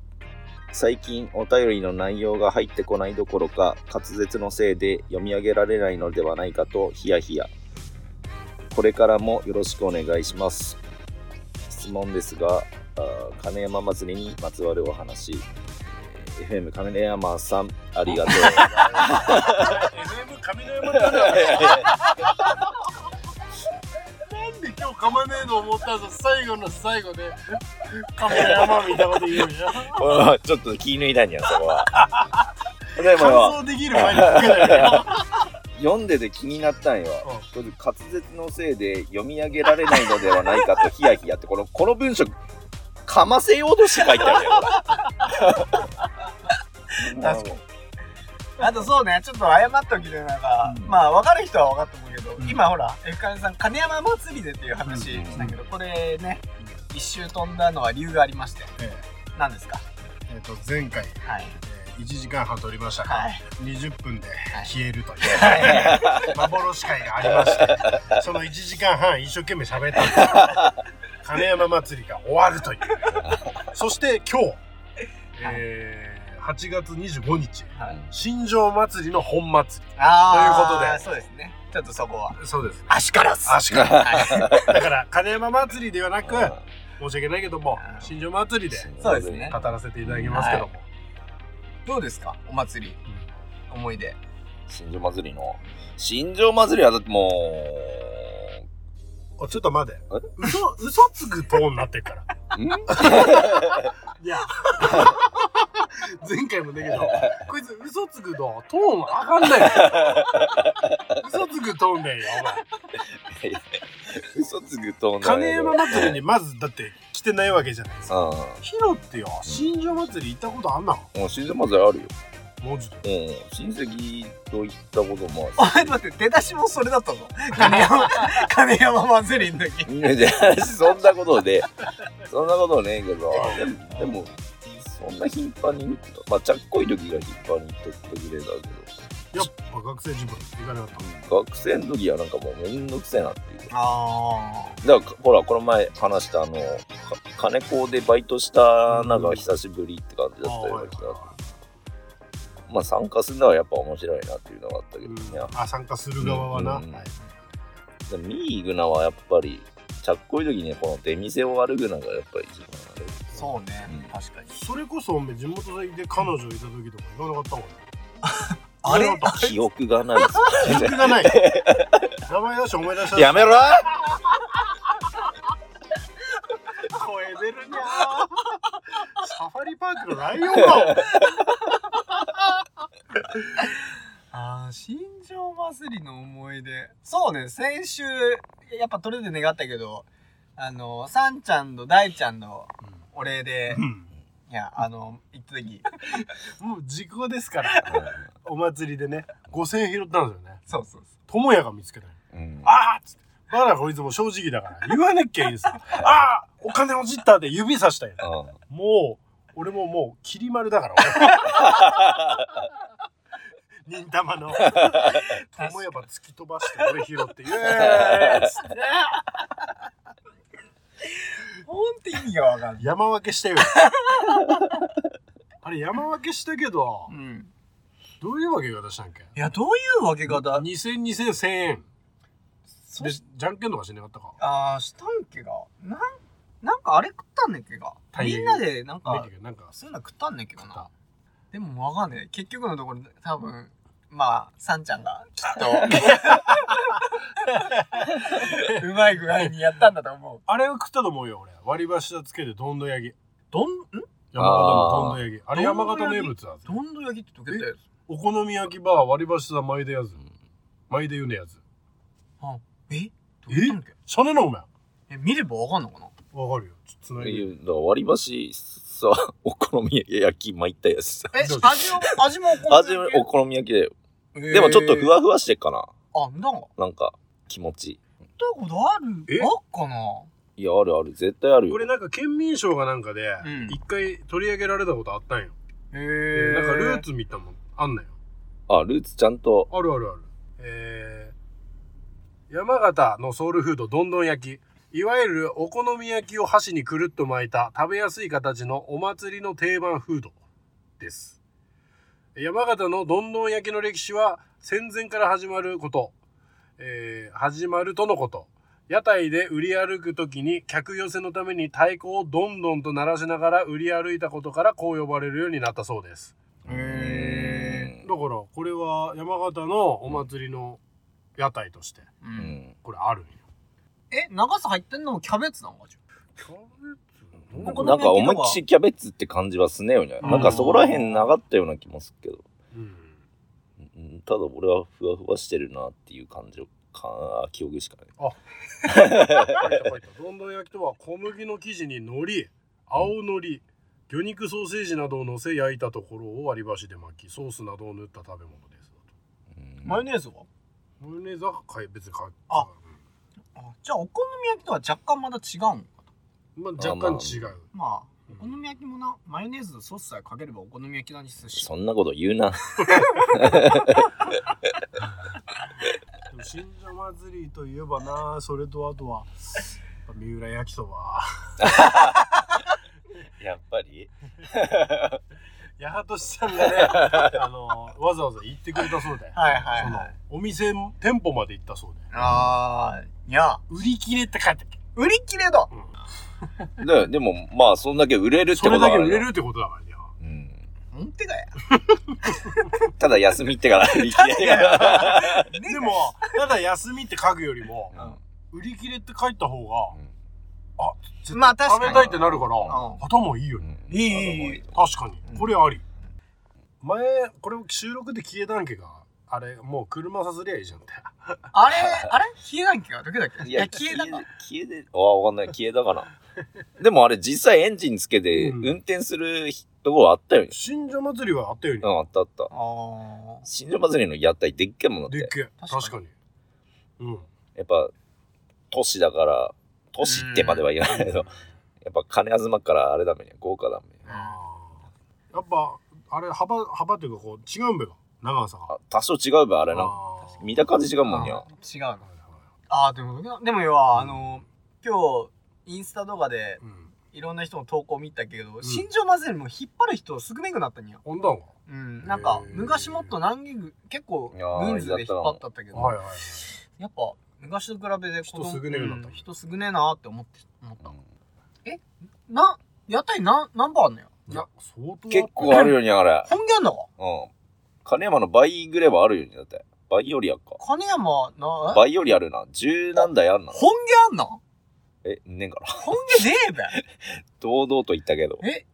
最近お便りの内容が入ってこないどころか滑舌のせいで読み上げられないのではないかとヒヤヒヤこれからもよろしくお願いします質問ですがあー金山祭りにまつわるお話えー FM 金山さんありがとう
FM 上の山だななんで今日噛まねえの思ったぞ最後の最後で噛まね山みたいなこと言うよ
[LAUGHS] おいちょっと気抜いたんやそこ [LAUGHS] はで
感
も
想できる前に聞くなよ
読んでて気になったんよ、これ滑舌のせいで読み上げられないのではないかとヒヤヒヤってこのこの文章かませようとして書いてある [LAUGHS] よ [LAUGHS]
確かにあとそうね、ちょっと謝っときでなんか、まあ分かる人は分かったと思うけど、
うん
今ほら、F カネさん、金山祭りでっていう話したけど、これね、一周飛んだのは理由がありまして、
え
何ですか
ええっと前回、
はい。
えー、1時間半撮りましたが、
はい。
20分で消えるという幻会がありましてその1時間半一生懸命喋ったんですけど金山祭りが終わるというそして今日、えー8月25日
はい
新庄祭りの本祭
ああ、
と
そうですね。ちょっとそこは。
りそうですね
あしからず
あしか
はい
だから金山祭りではなく申し訳ないけども新庄祭りで
そうですね
語らせていただきますけども、
どうですかお祭り。思い出。
新庄祭りの新庄祭りはだっても
おちょっと待て嘘嘘つくトーンになってるから
うん
いや、前回もだけど、こいつ嘘つくとトーン上がんないよ。嘘つくトーンだよ、
嘘つくと
お前。金山祭りにまずだって来てないわけじゃないですか。
う
ヒロってよ、新庄祭り行ったことあんなん
もう新庄祭りあるよ
マジで。
うん、親戚と行ったことも
お
あ
前
る
待って、出だしもそれだったぞ。金 [LAUGHS] 山、金山祭りの時。
しいやいやそんなことでそんなことねえけどでもでもそんな頻繁にまあちゃっこい時が頻繁に行った時でだけ
やっぱ学生時分行かなかっ
ど学生の時はなんかもうめんどくせえなっていう
あ
だからほらこの前話したあのか金子でバイトしたのが久しぶりって感じ
た。
だったような気が
あ
まあ参加するのはやっぱ面白いなっていうのがあったけどね、
あ、参加する側はな。
うんでもミーグナはやっぱりちゃっこい時にこの出店を歩くのがやっぱり一番あれ
あ。そうね
うん。
確かに。
それこそ、おめえ地元先で彼女いた時とか行かなかったもん。
あれ
行かなかった
記憶がないです
[LAUGHS] 記憶がない。名前出して思い出した。
やめろ
声出るなぁサファリパークのライオンだ
祭りの思い出。そうね、先週、やっぱ取れて願ったけど、あの、さんちゃんと大ちゃんのお礼で、いや、あの、行った時、
もう時効ですから。お祭りでね、5000円拾ったんですよね。
[LAUGHS] そうそうそ
友也が見つけたの。
うん
あーっつって。まだこいつも正直だから。言わなきゃいいですよ。あーお金落ちったって指さしたよ。
あ
もう、俺ももう、きり丸だから。俺忍たまの。友也ば突き飛ばして、俺拾って、イエーイっつって
う。 [LAUGHS] ほんと意味がわかんない。
山分けしたよ。あれ、山分けしたけど
う、ん。
どういう分け方したんけ
いや、どういう分け方
?2000、2000、1000円。
そ
で、じゃんけんとかしなかったか。
あー、したんけが。なん、なんかあれ食ったんねっけが。
たい
みん
焼き
なで、なん
なんだ
か
っ、けなんか、
そういうの食ったんねっけど
食った
な。でもわかんない。結局のところ、多分、まあ、さんちゃんが、きっ [LAUGHS] と、うまい具合にやったんだと思う。
あれは食ったと思うよ、俺。割り箸つけて、どんど焼き。
どん、ん
山形のどんど焼き。あれ、
どん
山
ど焼き
形名物だぜ。
どんど焼きって溶けたやつ。
お好み焼きば、割り箸だ、前でやつ。前で言うのやつ。
えどうやったんだっ
しゃねえな、お前。
けえ、見ればわかんのかな
わかるよ。つつない
い
で。
やだから割り箸さお好み焼き巻いたやつさ
え、
どう
味を、味もお好み
味
焼き
お好み焼きだよ
えー
でもちょっとふわふわしてっかな
あ、なんか、食っ
なんか気持ち
たことある
え
あっかない
やあるある絶対あるよ
これなんか県民賞がなんかで
うん、
一回取り上げられたことあったんよ。
へ
で
え
なんかルー。ツ見たもん、あんのよ。
あルーツちゃんと
あるあるある。えー、山形のソウルフード、どんどん焼き。いわゆるお好み焼きを箸にくるっと巻いた食べやすい形のお祭りの定番フードです。山形のどんどん焼きの歴史は戦前から始まること、えー始まるとのこと。屋台で売り歩く時に客寄せのために太鼓をどんどんと鳴らしながら売り歩いたことからこう呼ばれるようになったそうです。
へ
だからこれは山形のお祭りの屋台として
う。
うんん
これあるんよ。
え、長さ入ってんのもキャベツなのかじゃ
キャ
ん
ベ
お好み焼きとか
なんか思いっきりキャベツって感じはすねよね、
うん
なんかそこら辺なかったような気もするけど、
うん。
うんただ俺はふわふわしてるなっていう感じか記憶しかない
書いた書いたどんどん焼きとは小麦の生地に海苔、青海苔、魚肉ソーセージなどを乗せ焼いたところを割り箸で巻き、ソースなどを塗った食べ物です。
うん
マヨネーズは
マヨネーズは買い別に買い
ああ、じゃあお好み焼きとは若干まだ違うんかと。
うんまあ若干違う。
まあ、
うん
お好み焼きもな、マヨネーズとソースさえかければお好み焼きなんですし。
そんなこと言うな
でも新社祭りといえばな、それとあとはやっぱ三浦焼きそば。
[LAUGHS] やっぱり
八幡さんが
[LAUGHS]
ね、あのわざわざ行ってくれたそうで。
はいは
その。お店も店舗まで行ったそうで
あー、いや、
売り切れって書いてある、
売り切れだ
ででもまあそんだけ売れるって
そ
こと
れ
だ
だ
か
け
ら
売
ね
れるってことだからね
うん
ほんてかや。
ただ休みってから売り切れが
でもただ休みって書くよりも
うん
売り切れって書いた方が絶対
まあ確かに
食べたいってなるから、
うん
頭いいよ
う
ね
ん
いいいいいい
確かに
うん
これあり、前これ収録で消えたんけがあれもう車さすりゃいいじゃんって
あれ、あれ消えないんけがどけだっけ
い
い
や
や、
消
消え
えだ
だ
か
か。
消えでああわかんない消えだからでもあれ実際エンジンつけて
うん
運転するところあったよね
新庄祭りはあったよ
う
ね、
んあったあった
あー。
新庄祭りの屋台でっけえもんだって
でっけえ確
確
か
か
にうん
やっぱ都市だから都市ってまでは言わないけど、やっぱ金集まっからあれだめね豪華だめね
あーやっぱあれ幅幅っていうかこう違うんべよ長さが
あ多少違うばあれな
あー
見た感じ違うもんにゃ
あ違うの。ああ、でも、でも要は、あの、今日、インスタとかで、
うん。
いろんな人の投稿見たけど、新庄マゼルも引っ張る人少なくなったんや。
温暖
うん、なんか
へー
昔もっと何人ぐ結構人数で引っ張ったったけ
化
ど
はいはい。
やっぱ昔と比べて
人少ねえなった
うん人少ねえなって思って思っ
う
た、
ん
な屋台な何番あんのよ
いや、相当。
結構あるよにゃあれ、
本源だか
うん、金山の倍ぐらいはあるよにだって倍よりやっか
金山なえ
倍よりあるな十何台あんな
本源あんな
えねんかな
本源ねえべ
堂々と言ったけど
え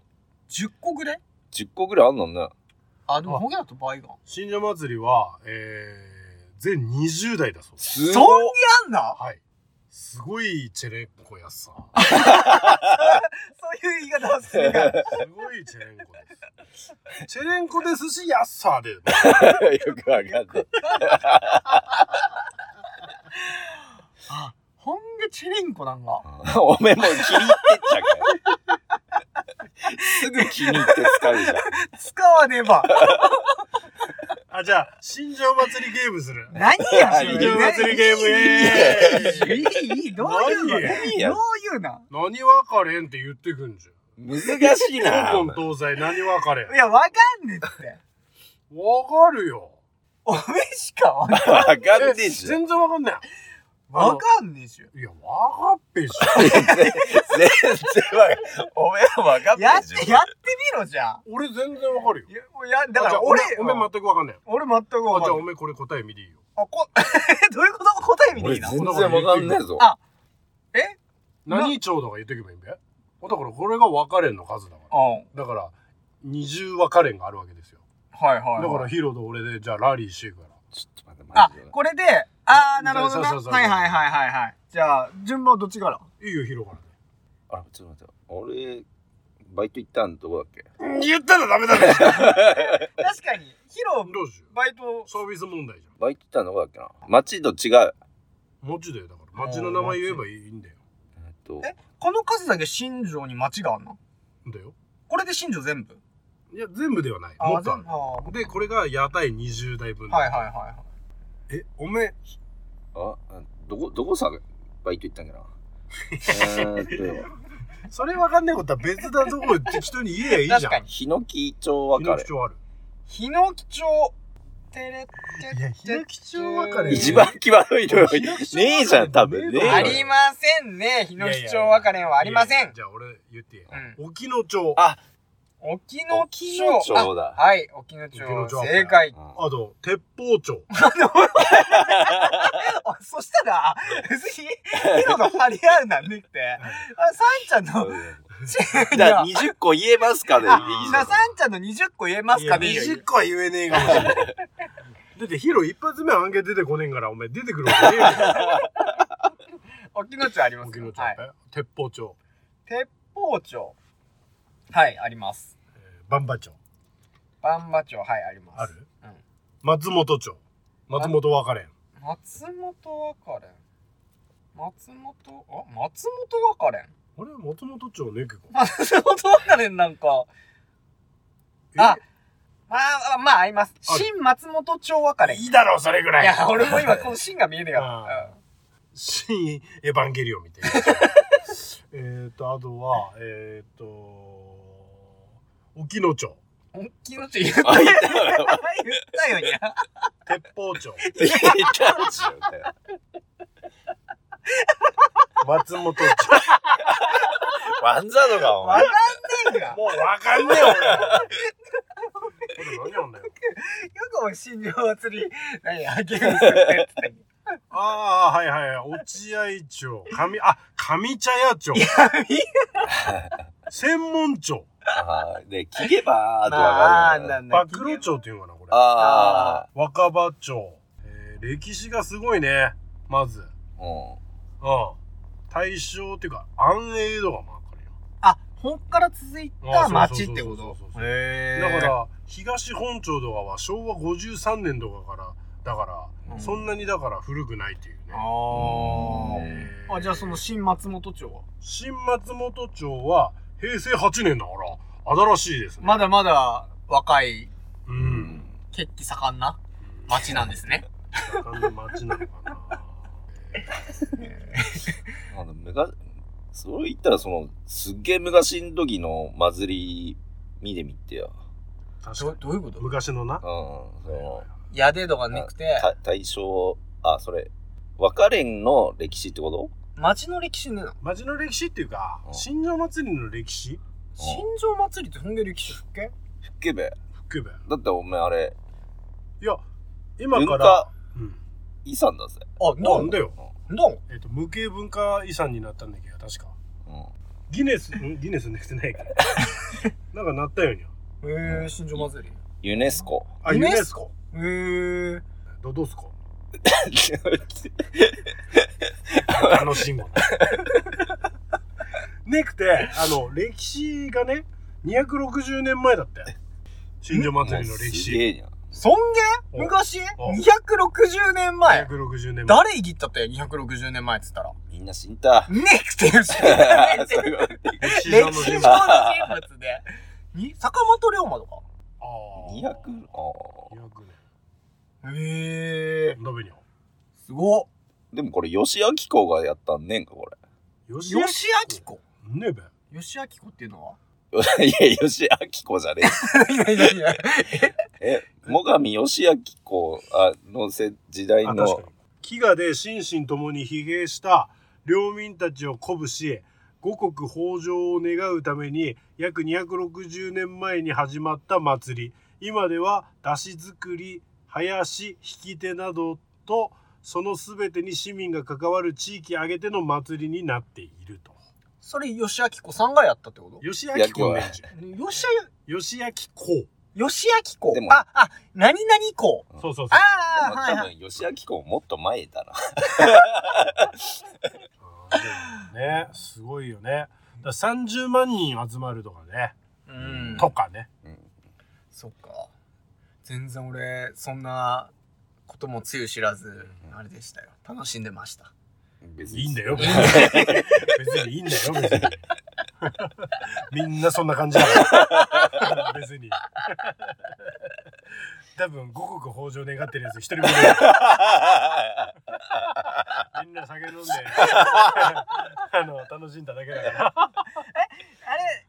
10個ぐらい
10個ぐらいあんのね
あでも本源だと倍が
新庄祭りは、え全20代だそうです。
す
そん
ごい
にあんな
はい。すごいチェレンコやさ。
そういう言い方をする [LAUGHS] から。
すごいチェレンコです。チェレンコですし、やっさーで。
よくわかって。
ほんでチェレンコなんか。
[LAUGHS] おめえもう気に入ってっちゃうから。すぐ気に入って使うじゃん。
使わねば。
あ、じゃあ、新庄祭りゲームする。
何や
あ
それ
新庄祭りゲーム、
い
えーイ
い、いい、どういうのどう
何や
いうな
何分かれんって言ってくんじ
難し
[LAUGHS]
い
ゃ
な。
ん。香港東西何分かれん。
いや、わかんねえって。
わかるよ。
おめえしかわかん
わかんねえ
え
じゃん。
全然わかんない。
わかんねえしょ。
いや、わかっぺしょ。
全然わかんおめえはわかんね
やっ
えじゃん
て、やってみろじゃあ。
俺全然わかるよ [LAUGHS]
い。や、いやだか
あじ
ら
ゃあ
俺、
おめおめ全くわかんない。
俺全くわ
あ、
か
じゃ
ん
あお
ない。
めこれ答え見ていいよ。
あ、こ、 [LAUGHS] え、どういうこと答えみてい
俺
いな。
全然わかんねえぞ。
あえな
何ちょうどが言ってけばいいんべだからこれが分かれんの数だか
うん。はい
ら。だから、二重分かれんがあるわけですよ。
はい
だ
はい。
からヒロと俺で、じゃあラリーしていくから。
ちょっと待って、マ
あ
ジで、。
これで、あー、なるほどな。
そうそうそうそう
はいはいはいはいはい。じゃあ、順番はどっちから
いいよ、ヒロから。
あ、ちょっと待って。俺、バイト行ったんどこだっけ
言ったらダ [LAUGHS] メだね。
確かに、ヒロ、
どうしよ
バイト
う。、サービス問題じゃ
バイト行ったんどこだっけな町と違う。
ん。街だよ、だから。街の名前言えばいいんだよ。
えっと、
えこの数だけ新庄に町があんの
だよ。
これで新庄全部
いや、全部ではない。
あ
もっとあ
全部あ
る。で、これが屋台20代分
ー。はいはいはいはい。
え、おめえ、
あ、あどこ、どこさ、バイト行ったんか
[LAUGHS]
なえーっと、
それ分かんないことは別だとこ適当に言えやいいじゃん。
確かに。
ヒノキ町わか
ヒノキ
れ。
町ある。
ヒノキ町、テレ
いや、ヒ
テ
ノ
テ
キ町分かれ。
一番際どいのよ。 [LAUGHS] ねえじゃん、多分。ねえ
あ
よ
りませんね。ヒノキ町別れはありませ
いやい
ん
や。じゃあ俺言ってや。
う
沖野町。
あ
沖ノ
沖
町。
ノ
あ
町だ。
はい、沖ノ町
沖ノ。町
正解。
あ
あと、鉄砲町。
あ、そしたら、別に、ヒロの張り合うなんねって。あ、サンちゃんの、
だ
い
か
や
ら20個言えますかね
あ
いいじ
な、
ゃん
サンちゃんの20個言えますかねいいよいいよ
個は言えねえかもしれない。だってヒロ一発目案件出てこねえんから、お前出てくるわけねえよ。
沖ノ町あります
沖
よ
野町
はい。。
鉄砲町。
鉄砲町。はい、あります。
えーバンバ町。
万馬町、はい、あります。
ある
うん
松本町。松本分かれん。
松本若蓮松本あ松本若蓮
あれ松本町ね、結構。
[LAUGHS] 松本若蓮なんかあまあまあ合います
ある
新松本町若
え
蓮
いいだろ、それぐら
い
い。
や俺も今この新が見えねえか
あ
ら
新エヴァンゲリオンみたいな。 [LAUGHS] えっと、あとは、えっと、沖野町、
うん沖の町言った
あ、
よ
いたよ。
言ったよに [LAUGHS] ゃ
鉄砲町、
いたじゃん。
松本町。
ワンザードか、お
わかん
前。
ねえがよ
もうわかんねえ、俺。これ何やんだよ。
くお新庄祭り何やゲームするって言ってた
ああ、はいはいはい。落合町、上、あ、上茶屋町、専門町、
あーで、聞けばーっと
ああ
わかるよ
な
ね。
んだ
暴露町っていうのかな、これ。
あ
若葉町、えー歴史がすごいね、まず。
あ。うん。
うん。大正っていうか、安永とかもあるよ。
あほんから続いた町ってこ
あそう
と
そうそうそうそう
へ
だから東本町とかは昭和53年とかからだから、
うん
そんなにだから古くないっていうね
あー
えー
あじゃあその新松本町は
新松本町は平成8年だから新しいですね
まだまだ若い
う
うんん。
血気盛んな町なんですね。
盛んな町なのかな
あの、むが、それ言ったら、その、すっげえ昔ん時の祭り、見てみてよ。
確
[LAUGHS]
か
どういうこ
に
と
昔のな
うん。その、
ヤデとかなくて、
た大正、あ、それ、別れんの歴史ってこと
町の歴史ねなの。
町の歴史っていうか
うん
新庄祭りの歴史
新庄祭りってほんで歴史復権
聞けべ。
吹けば
だってお前あれ、
いや今
文
から
化、
うん、
遺産だぜ。
あ、
な
なんん
だ
だ
よ、
なん
えっと無形文化遺産になったんだけど確か
うん。
ギネス、んギネスなくてない
[LAUGHS]
から。なんかなったようには。
へえ、新庄祭り。
[LAUGHS]
ユネスコ。
あ、
ユ
ユ
ネ
ネ
ス
スコ。
へえ。
ど、どうすか楽し
[LAUGHS]
いもん。ねくて、あの、歴史がね、260年前だったよ。新庄祭りの歴
すげ
史。
えじゃん。
尊
お
厳昔
お
?260 年前
260年前。
誰いぎったって260年前っつったら。
みんな死ん
[LAUGHS]
だ。
ねえって言うし。
そういうこと
歴史上
歴史上
の人
の人
物。あ
物で。 [LAUGHS] に坂本龍馬とか。
あ。
200? あー
200
へえ。
年。ダメにゃ。
すごっ。
でもこれ、吉明子がやったんねんか、こ
吉
吉明子。
ねえべ。
吉明子っていうのは
れ。 [LAUGHS] いや、吉明子じゃね
いやいやいや。
え。え、最上義明子あのせ時代
あ、
の、
確かに。飢餓で心身ともに疲弊した領民たちを鼓舞し、五穀豊穣を願うために約260年前に始まった祭り。今では出汁作り、林、引き手などとそのすべてに市民が関わる地域挙げての祭りになっていると。
それ吉明子さんがやったってこと
吉明子ね。
吉
吉明子。
吉明子
でも
あ、あ、何々子。
そうそうそう
あ。
で
あ、
も
はい
多
はい。
分、吉明子ももっと前だな。
あーでもね、すごいよね。だから30万人集まるとかね。
うん。
とかね。
うん
そっか。全然俺、そんなこともつゆ知らず、
うん
あれでしたよ。楽しんでました。
別
いいんだ
よ。[LAUGHS]
[LAUGHS] よ。別にいいんだよ、別に。 [LAUGHS] みんなそんな感じだから。 [LAUGHS] 別に。多分、五穀豊穣願ってるやつ一人もいない。みんな酒飲んで、 [LAUGHS] あの、楽しんだだけだ [LAUGHS] から。
あれ、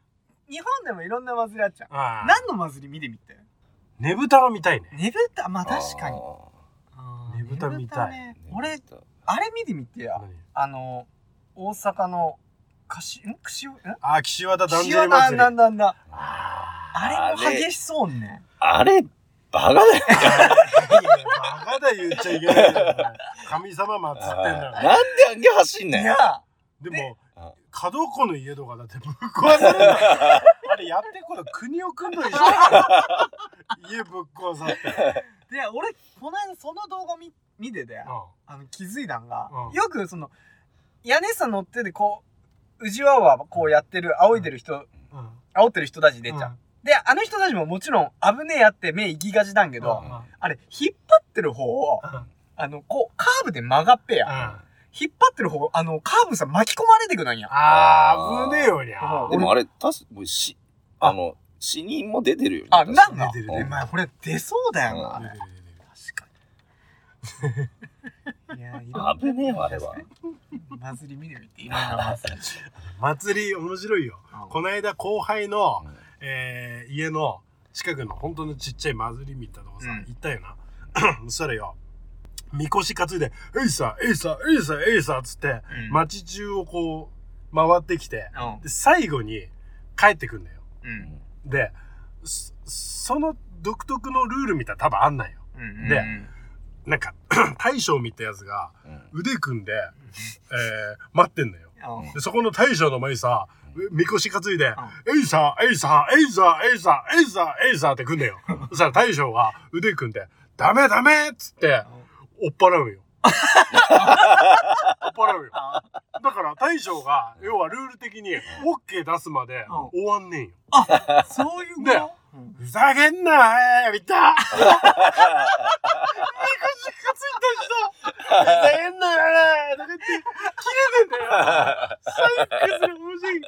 日本でもいろんな祭りあっちゃう。
あー
何の祭り見てみて。
ねぶたは見たいね。
ねぶた、まあ確かに。あー
ねぶた見たい
ねぶたね
あー。
俺、あれ見てみてや。あの、大阪の、かし、んくしん
あー、岸和田だんじり
岸和田
祭り
な。んだんだ。
あ
あれも
あれ
激しそうね。
あれ、バカ
[LAUGHS]
だよ。
ーいやバカだ言っちゃいけないじゃん。神様祀ってんだから。
なんであんげ走ん
い
ねん。
や、
で
ね
も
あ、
角子の家とかだってぶっ壊される。あれやってこの国を組んど一緒だよ家ぶっ壊されて。
で、俺、この間その動画見、見てて、あの、気づいたんが、
うん
よくその、屋根さん乗ってて、こう、宇治輪はこうやってる、仰いでる人、
うん。うん
煽ってる人たち出ちゃう。で、あの人たちももちろん危ねえやって目行きがちなんけど、
うん
あれ、引っ張ってる方を、
うん
あの、こう、カーブで曲がってや。
あ
引っ張ってる方、あの、カーブさ、巻き込まれてくなんや。
あー、危ねえよりゃ
うん。
でもあれ、たす、もうし、あの、死人も出てるよね。
あ、
確
な
か
んだ
出てる
お
出てる
前、これ出そうだよな。
うん
あれ
出てる出てる
確かに。いや、い
危ねえわ、あれは。
祭り見てみて、いろんな祭り。
祭り面白いよ。この間後輩の、えー家の近くの本当のちっちゃい祭り見たとこさ、
うん
行ったよな。そしたらよ、みこし担いで、えいさ、えいさ、えいさ、えいさ、つって、
うん
街中をこう、回ってきて、
うん
で、最後に帰ってくんだよ。
うん
で、そその独特のルールみたいな多分あんないよ。
うんうん
でなんか、 [CLEARS THROAT] 大将みたいなやつが
うん
腕組んで、えー、待ってんだよ。
うん
で、そこの大将の前にさ、みこし担いで、
う
エイサー、エイサー、エイサー、エイサー、エイサー、エイサーって組ん
[LAUGHS]
だよ。そしたら大将が腕組んで、ダメダメっつって、追っ
[LAUGHS]
払うよ。追っ払うよ。
あ
だから大将が、要はルール的に、オッケー出すまで終わんねんよ。
そういうこ
で
とうん
ふざけんなえーみたいな。みこし担いでしふざけんなえーとか言って、切れてんだよ。
[LAUGHS]
最悪それ面白いん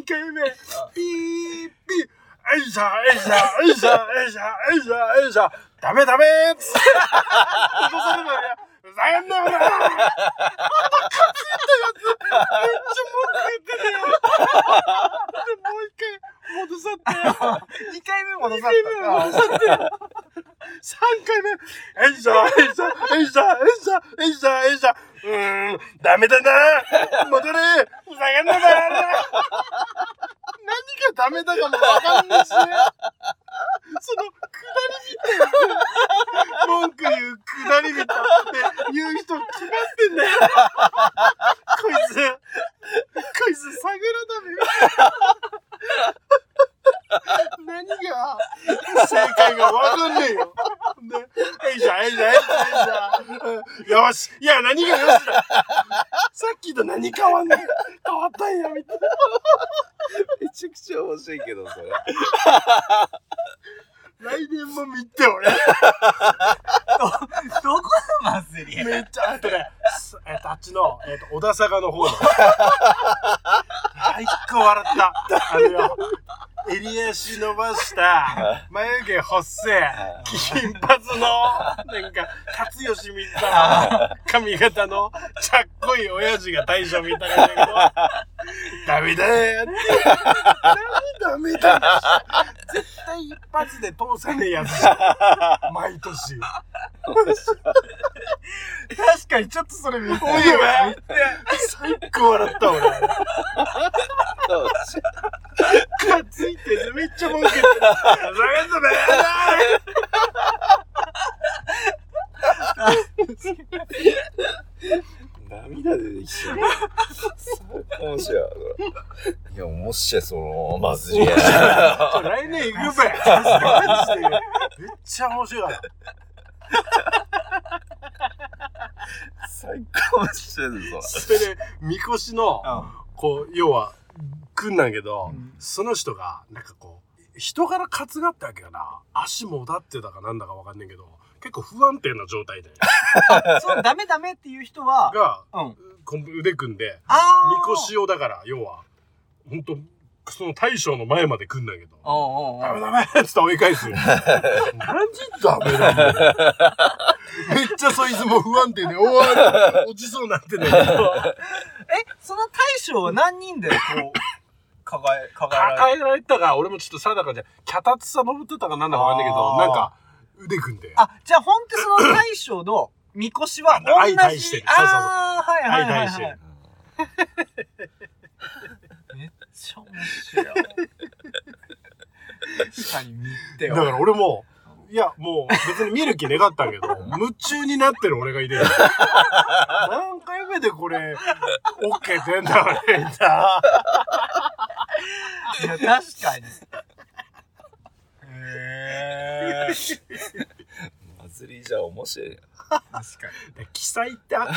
2回目、ピーピー。えいしゃ、えいしゃ、えいしゃ、えいしゃ、えいしゃ、えいしゃ、ダメダメーっつって。落とされたよねふざけんなよなまた勝つんだやつめっちゃ文句言ってたよ。でもう一回戻さってよ。
二回目戻
3
さ
回目
ったか。
えいしょえいしょえいしょえいしょえいしょうーんダメだな戻れふざけんなだ何がダメだかもわかんないしそのくだりみたいな文句言うくだりみたいって言う人決まってんだよこいつこいつ探らだめ何が正解がわかんねえよ。で、えいじゃん、えいじゃん、えいじゃん、えいじゃん。よし、いや、何がよしだ。さっきと何変わんない。変わったんや、みたいな。
めちゃくちゃ面白いけど、それ。
来年も見て、俺。
どこの祭り
めっちゃ、あとね、すえっと、あっちの、えっと、小田坂の方の。最高笑った。あれよ。襟足伸ばした、眉毛細い、金髪の、なんか、勝吉みたいな髪型の、ちゃっこい親父が大将みたいなんだけど、ダメだよって。何ダメだ絶対一発で通さねえやつじゃ [LAUGHS] ん。毎年。
確かにちょっとそれ見てる
おいお前最高笑った俺。かついてるめっちゃ文句言ってる。
涙出てきちゃう。面白いわ。これいや、面白い、その、まずりや。
来年行くべ。マジでめっちゃ面白いから。
[LAUGHS] 最高面白いぞ。
それで、みこしの、こう、要は、来んなんけど、
うん
その人が、なんかこう、人柄担がったわけかな。足もだってたかなんだかわかんないけど、結構不安定な状態で。
あそうダメダメっていう人は
が、
うん
こん腕組んで、
あ
み
ー
こしをだから、要は、ほんと、その大将の前まで来んだけど、
おうおうお
ダメ
う
ダメっつって追い返すよ。何時ダメなんだよ。めっちゃそいつも不安定で、おわ落ちそうになってんだけど、
えその大将は何人でこう輝輝られ
抱えられてたか、俺もちょっと定かじゃ、脚立さ登ってたかなんだかわかんないけど、
あー
なんか、腕組んで、
あじゃあ本当その大将のみこしは同じ
相対してるそうそうそう
ああはいはいはい、
相対して
は
る
い、めっちゃ面白い確かに見て
だ
よ
から俺も、いや、もう別に見る気願った [LAUGHS] んけど、夢中になってる俺がいて、何回目でこれ、OK 出んだ俺、みたいな。
いや、確かに。へえー。
まずりじゃ面白い。
確か
記載ってあっ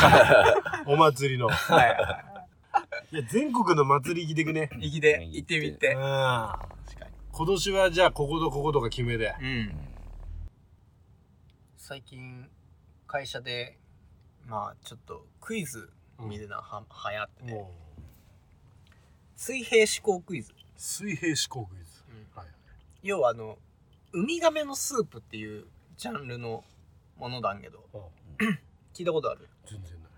たのお祭りの。
に。はいはい
や、全国の祭り来てくね。
い。行きで、行ってみ
うん。
て。
今
確か
年はじゃあ、こことこことか決めで。
に。うん。最近、会社で、まあ、ちょっと、クイズ、みたいな、は、流行ってて。
もう、
水平思考クイズ。
水平思考クイズ。はい
要は、あの、ウミガメのスープっていうジャンルのものだんけど、
はい。
聞いたことある
全然な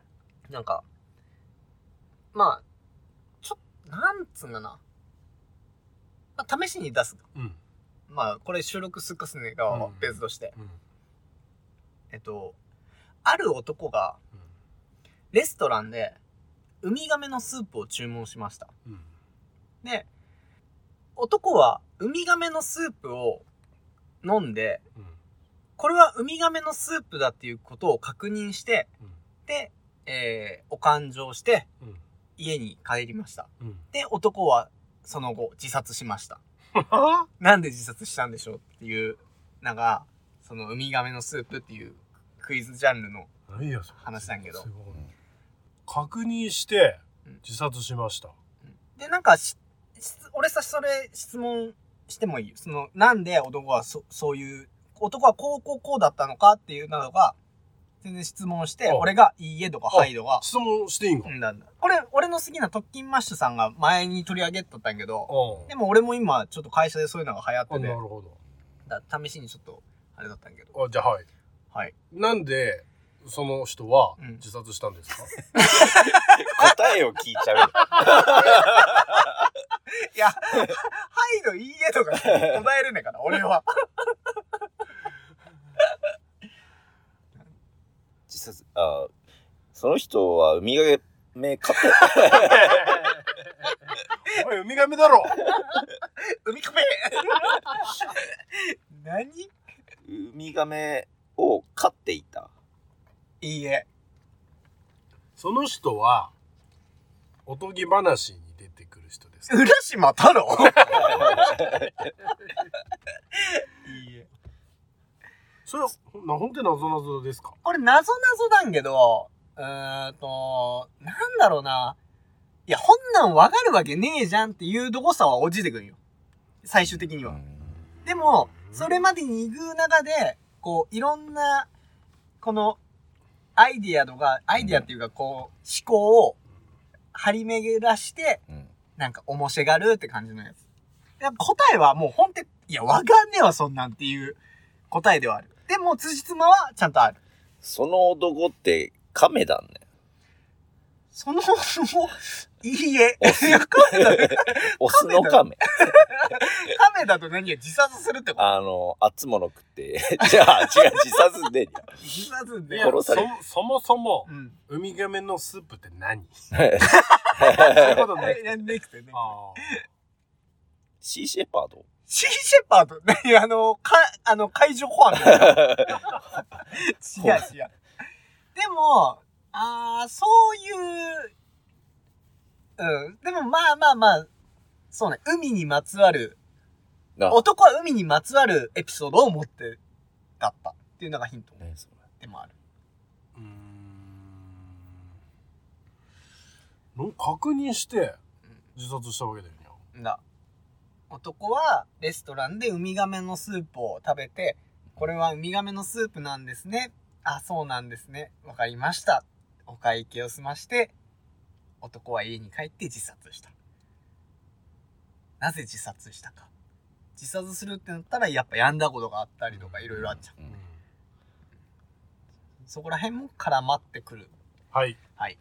い。
なんか、まあ、ちょっと、なんつうんかな。まあ、試しに出す。
うん。
まあ、これ収録すっかすねがは
うん
別として。
うん。
えっと、ある男がレストランでウミガメのスープを注文しました。
うん。
で、男はウミガメのスープを飲んで、
うん。
これはウミガメのスープだっていうことを確認して、で、えー、お勘定して
うん。うん。
家に帰りました。
[LAUGHS] うん。
で、男はその後自殺しました。
あ
なんで自殺したんでしょうっていうのが、そのウミガメのスープっていうクイズジャンルの
何やそれ
話なんけど
すごい確認して
うん、
自殺しました。
で、なんかし、し俺さ、それ質問してもいいその、なんで男はそ、そういう、男はこう、こう、こうだったのかっていうなどが、全然質問して、
あ
俺がいいえとか、
あ
はいとか、
質問していいんか
うんなんだ。これ、俺の好きな特勤マッシュさんが前に取り上げとったんやけど、
う
でも俺も今、ちょっと会社でそういうのが流行って
ん。あ、なる
て
ほ
だ、試しにちょっと、あれだったんやけど。
ど。あ、じゃあはい。
はい。
なんで、その人は
うん
自殺した
[LAUGHS]
んですか、
答えを聞いち [LAUGHS] ゃう。
いや、ははいのいいえとか答えれねえから、俺 [LAUGHS] は。
自殺、あその人はウミガメ飼って、
お前ウミガメだろ
海亀 [LAUGHS] 何い
ウミガメを飼っていた。
いえ。
その人は、おとぎ話に出てくる人ですか
浦 [LAUGHS] 島太郎いいえ。
それは、ほなほんとに謎謎ですか
これ、謎謎なんけど、うーんと、なんだろうな。いや、ほんなんわかるわけねえじゃんっていうどこさは落ちてくんよ。最終的に
う
は。
ん
でも、それまでに行く中で、こう、いろんな、この、アイディアとか、アイディアっていうか、こう、思考を張り巡らして、
うん
なんか面白がるって感じのやつ。やっぱ答えはもうほんと、いや、わかんねえわ、そんなんっていう答えではある。でも、辻褄はちゃんとある。
その男って亀だね。
その、もう、いいえ。
オス
いや亀だ、
オスの亀。
亀だと何や、自殺するってこと
あの、あつもの食って。 [LAUGHS] じゃあ、違う、自殺でんや。
自殺
い
で
や。
殺される
そそもそも
う、ん。
ウミガメのスープって何そういう
はい
ことない。
やんできてね。
あ
シーシェパード
シーシェパード何あの、か、あの、海上保安みたい
[LAUGHS]
な。違う違う。でも、ああ、そういう、うん。でもまあまあまあ、そうね、海にまつわる、
な
男は海にまつわるエピソードを持ってだったっていうのがヒント
ねそれ
でもある。
ーうーんの確認して自殺したわけだよね。
だ男はレストランでウミガメのスープを食べてこれはウミガメのスープなんですねあそうなんですねわかりましたお会計を済まして男は家に帰って自殺したなぜ自殺したか自殺するってなったらやっぱやんだことがあったりとかいろいろあっちゃう
うん
そこら辺も絡まってくる
はい。
はい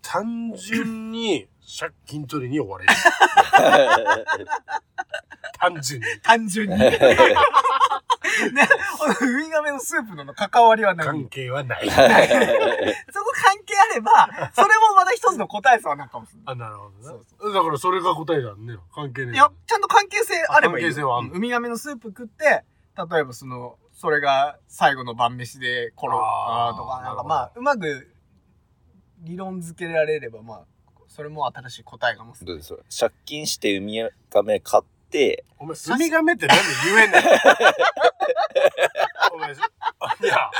単純に借金取りに追わ
[LAUGHS]
れる。単純に。
単純にね [LAUGHS] このウミガメのスープとの関わりは何
関係はない。
そこ関係あれ
[LAUGHS]
ば、それもまた一つの答えさなんかもしれな
あ、なるほど
そう
ね。だからそれが答えだね。関係ね
い。
え。
いや、ちゃんと関係性あればいいよ。
あ関係性はあんの
うんウミガメのスープ食って、例えばその、それが最後の晩飯でコロ
あー
ナとか、
な
な
る
ん
ほ
か
ど
まあ、うまく理論付けられれば、まあ、それも新しい答えがもす
[LAUGHS] どうですか借金してウミガメ買って、
お前、ウミガメってなんで言え
[LAUGHS]
んのお前、いや、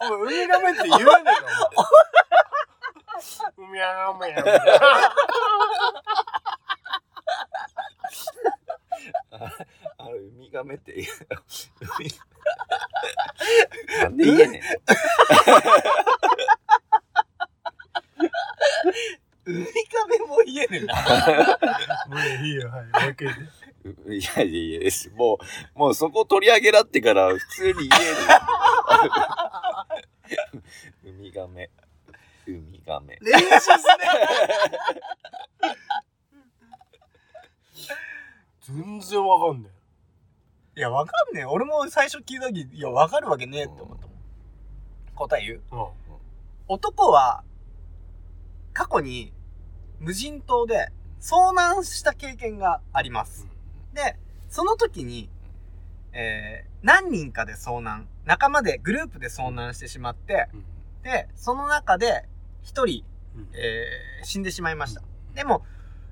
お前、ウミガメ
[LAUGHS]
って言えねえのお前ウミガメ
[LAUGHS]
や
あれ、ウミガメって言う。なんで言えね
ウミガメも言えねえな。
[LAUGHS] もういいよ、はい、もう一回言って
えね [LAUGHS] ん。いやいやいやです。もう、もうそこ取り上げらってから普通に言える。ウミガメ。ウミガメ。
練習すね。
全然わかんね
いや、わかんねえ。俺も最初聞いた時、いや、わかるわけねえって思ったもん。答え言う
え。うん。
男は、過去に無人島で遭難した経験があります。で、その時に、えー何人かで遭難、仲間で、グループで遭難してしまって、
うん
で、その中で一人、
うん
えー死んでしまいました。でも、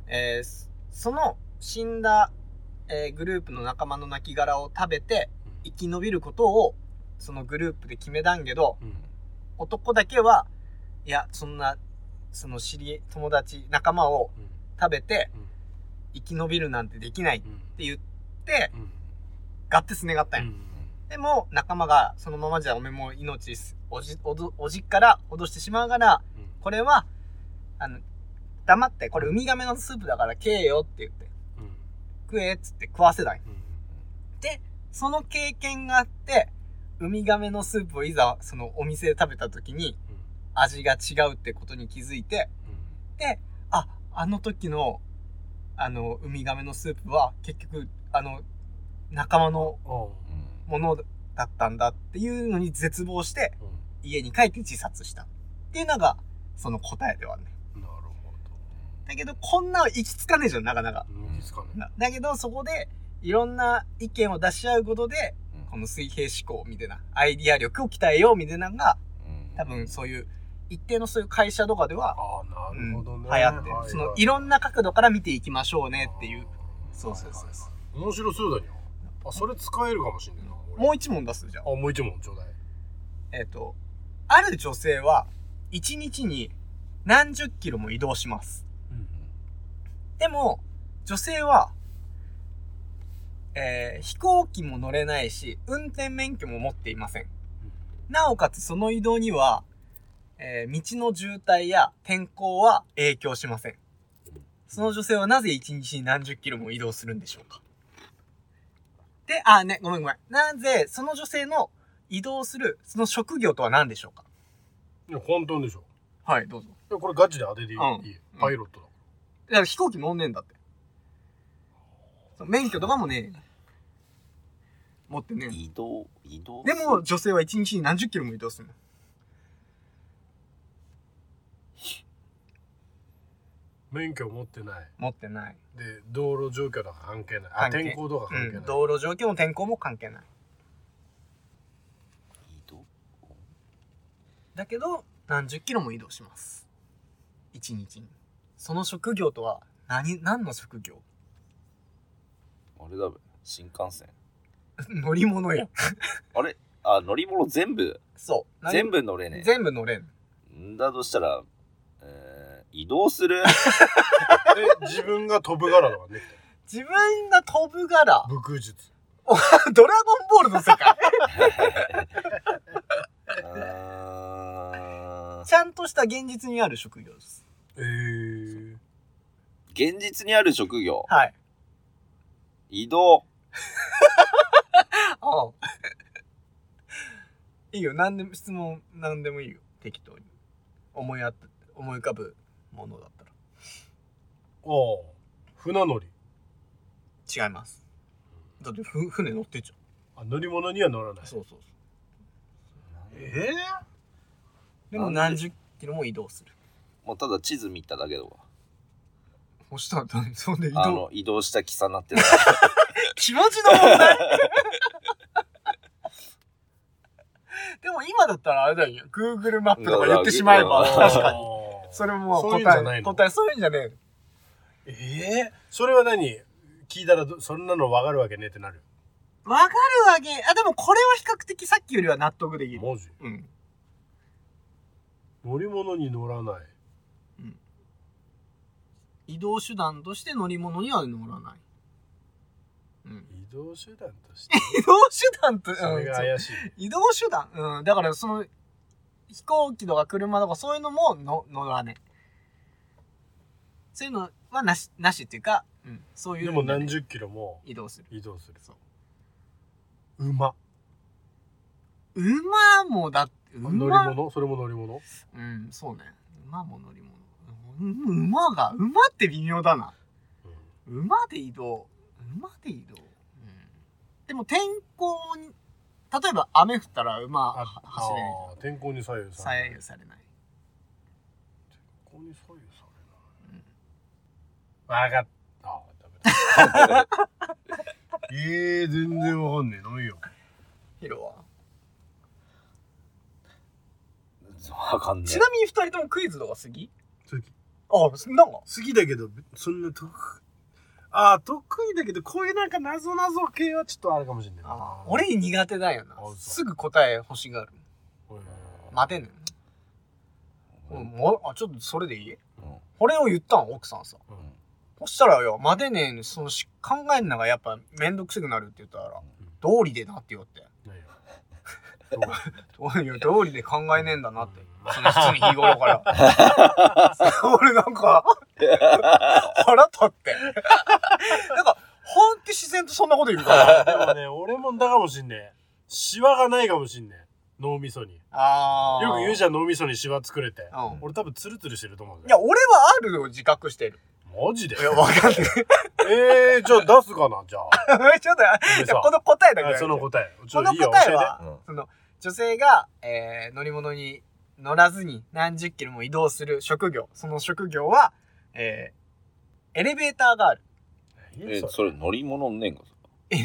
えーそその死んだ、えーグループの仲間の亡骸を食べて生き延びることを、そのグループで決めたんけど、
うん
男だけは、いや、そんな、その知り、友達、仲間を
うん
食べて
うん
生き延びるなんてできないっ
うん
て言って、
うん
ガッてすねがったん
う
よ。
ん
でも、仲間が、そのままじゃおめも命す、おじ、おど、おじっから脅してしまうから、これは、あの、黙って、これウミガメのスープだから食えよって言って、
うん
食えっつって食わせない。
うん
その経験があって、ウミガメのスープをいざ、そのお店で食べた時に、味が違うってことに気づいて、で、あ、あの時の、あの、ウミガメのスープは、結局、あの、仲間の
うん
ものだったんだっていうのに絶望して、
うん
家に帰って自殺した。っていうのが、その答えではね。
なるほ
だけど、こんな行き着かねえじゃん、なかなか。
どうんいいっすかね
なだけど、そこで、いろんな意見を出し合うことで、この水平思考みたいな、アイディア力を鍛えようみたいなのが、多分そういう、一定のそういう会社とかでは、
ああなるほどね
流行ってる、そのいろんな角度から見ていきましょうねっていう。そうそうそうそ
面白そうだよあそれ使えるかもしれないな俺
もう一問出すじゃん
あ。もう一問ちょうだい
えっ、と、ある女性は、一日に何十キロも移動します。でも、女性は、えー飛行機も乗れないし、運転免許も持っていません。なおかつその移動には、えー道の渋滞や天候は影響しません。その女性はなぜ一日に何十キロも移動するんでしょうかで、あ、ね、ごめんごめん。なぜ、その女性の移動する、その職業とは何でしょうか
いや簡単でしょ
はい、どうぞ。
いやこれガチで当てていい、
うん
いいパイロットだ、
だから飛行機乗んねえんだって。そう免許とかもね持ってね
移動、移動
でも
す
女性は一日に何十キロも移動するの。
免許持ってない
持ってない。
で道路状況とか関係ないあ
関係
天候とか関係な
う
い、
ん、道路状況も天候も関係ない。
る移動
だけど、何十キロも移動します。一日に。その職業とは何、何の職業 [LAUGHS]
あれだべ、新幹線。
乗り物や。
あれあ、乗り物全部、
そう。何
全部乗れね
全部乗れん。
え。んだとしたら、えー、移動する
で自分が飛ぶ柄と
[LAUGHS]
かね
自分が飛ぶ柄。
武空術
[LAUGHS] ドラゴンボールの世界。 [LAUGHS]
あー
ちゃんとした現実にある職業です。
えー、
現実にある職業、
はい。
移動。
ああ。 [LAUGHS] いいよ、何でも、質問、何でもいいよ。適当に。思いあった、思い浮かぶものだった
ああ船乗り
ら。違います。だって、ふ、船乗ってっちゃ
あ乗り物には乗らな
う。
い
そうそうそう。
え
でも
なん
何
で
十キロも移動する。
もうただ地図見ただけだわ。
そしたら何、そんで移
あ
動。
の、移動した気さなってる。
気持ちの問題 [LAUGHS] でも今だったらあれだよ。Google マップとか言ってしまえば、
うん
確かに。
に
それも
そういうんじゃ
答
な
え、
いの
答え、そういうんじゃねえの。
ええそれは何聞いたらどそんなの分かるわけねってなる
わかるわけ。あ、でもこれは比較的さっきよりは納得できる。
マジ
うん。
乗り物に乗らない
移動手段として乗り物には乗らない。うん、
移動手段として
移動手段 [LAUGHS] と、うん
それが
そう
怪しい
移動手段、うん、だからその飛行機とか車とかそういうのもの乗らねそういうのはなしなしっていうか、うん、そういう
で
の
も何十キロも
移動する
移動する
そう
馬
馬もだって馬
乗り物それも乗り物
うんそうね馬も乗り物、うん、馬が馬って微妙だな
うん
馬で移動馬で移動、うん、でも天候に例えば雨降ったら馬は走れない
あー天候に左右さ
左
れない
右されない
天候に左右されない分かったあーダメだええ全然わかんねえないよ
ヒロは
わかんない
ち。なみに二人ともクイズとか好き
次
あそんなんか
好きだけど、そんな得意。ああ、得意だけど、こういうなんか謎謎系はちょっとあるかもしれないな。
あ俺苦手だよな
あ嘘
すぐ答え欲しがる
うん
待てんね、
うんん
もうあちょっとそれでいい
うん
これを言ったん奥さんさ
うん
そしたらよ待てねえのそのし考えんのがやっぱめんどくせくなるって言ったら道理でなって言おうって
ないよ
おいよ道理で考えねえんだなってその普通に日頃から [LAUGHS] 俺なん [LAUGHS] か腹立ってなんか本って自然とそんなこと言うから
あーでもね、俺もだかもしんねえ。シワがないかもしんねえ。脳みそに。
[LAUGHS] あ
よく言う
ゃ
じゃん、脳みそにシワ作れて。
ん、うん、
俺多分ツルツルしてると思うん
い
だ
や
よ。
俺はあるを自覚してる
マジで
いやわ [LAUGHS] かんないちょっ
ええー、じゃあ出すかな、じゃあ。
といやこの答えだけ
あその
こ
答え。ちょっ
の
といいよ、
答え
教えて。
はその女性が、えー乗り物に乗らずに何十キロも移動する職業その職業は、えーエレベーターがある
何
え
や、そ
そ
れ
れ乗り物ねえんか。
エ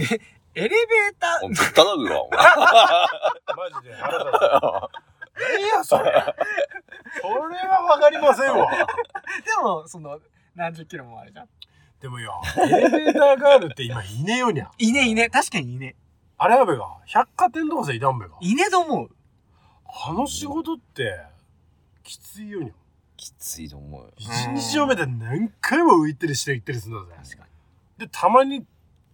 レベータ
お
ー
前ぶったたくわ、お前。
マジで腹立つ。何や、それ。それはわかりませんわ。
でもその何十キロもあるじゃん
でもよ、エレベーターガールって今いねえよにゃ。
いねいね確かにいね
あれやべが、百貨店とかさ、いらんべが。
いねえと思う。
あの仕事って、きついよにゃ。
きついと思うよ。
一日をめて何回も浮いたりして行ったりするんだぜ。確かに。で、たまに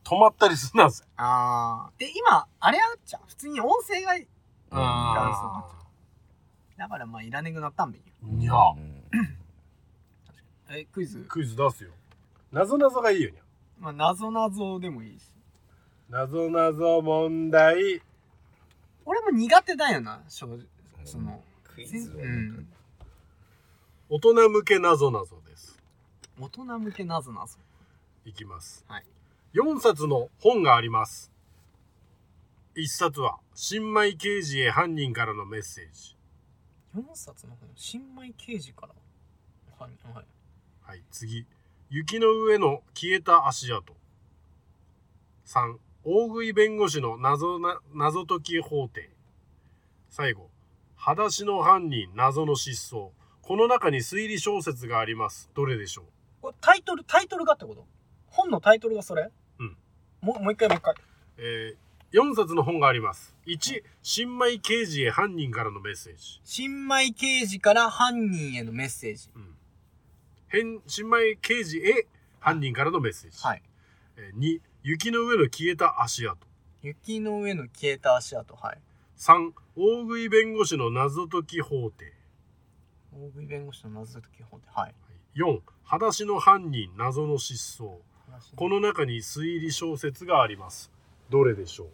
止まったりするんだぜ。
ああ。で、今、あれあっちゃう普通に音声が、
うん
あだからまあ、いらねくなったんべよ。
いや、
うん
え、クイズ
クイズ出すよ。なぞなぞがいいよにゃ。
まあ、なぞなぞでもいいし。
なぞなぞ問題。
俺も苦手だよな、正直。その、
クイズは
う
ね
ん。
大人向けなぞなぞです。
大人向けなぞなぞ。
いきます。
はい。
4冊の本があります。1冊は、新米刑事へ犯人からのメッセージ。
4冊の本、新米刑事から。はい、はい。
はい、次。雪の上の消えた足跡。3. 大食い弁護士の謎な謎解き法廷。最後。裸足の犯人謎の失踪。この中に推理小説があります。どれでしょう
これタイトル、タイトルがってこと本のタイトルがそれ
うん。
もう、もう一回もう一回。
えー、4冊の本があります。1、新米刑事へ犯人からのメッセージ。
新米刑事から犯人へのメッセージ。
うん、変新米刑事へ犯人からのメッセージ。
はい。
えー、2、雪の上の消えた足跡。
雪の上の消えた足跡、はい。
3、大食い弁護士の謎解き法廷。
大食い弁護士の謎解き法で、はい。
4、裸足の犯人謎の失踪。この中に推理小説があります。どれでしょ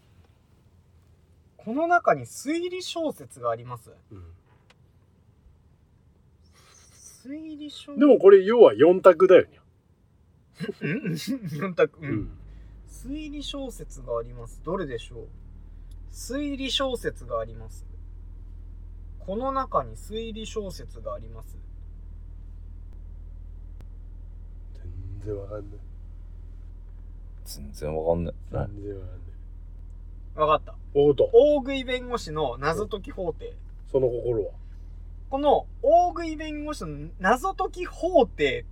この中に推理小説があります。
う、うん
推理小
で [LAUGHS] もこれ要は4択だよね。
うん四択、う。
うん
推理小説があります。どれでしょう推理小説があります。この中に推理小説があります。
全然わかんない。
全然わかんない。
全然わかんない。
わかった。
おうと、
大食い弁護士の謎解き法廷。
その心は
この大食い弁護士の謎解き法廷。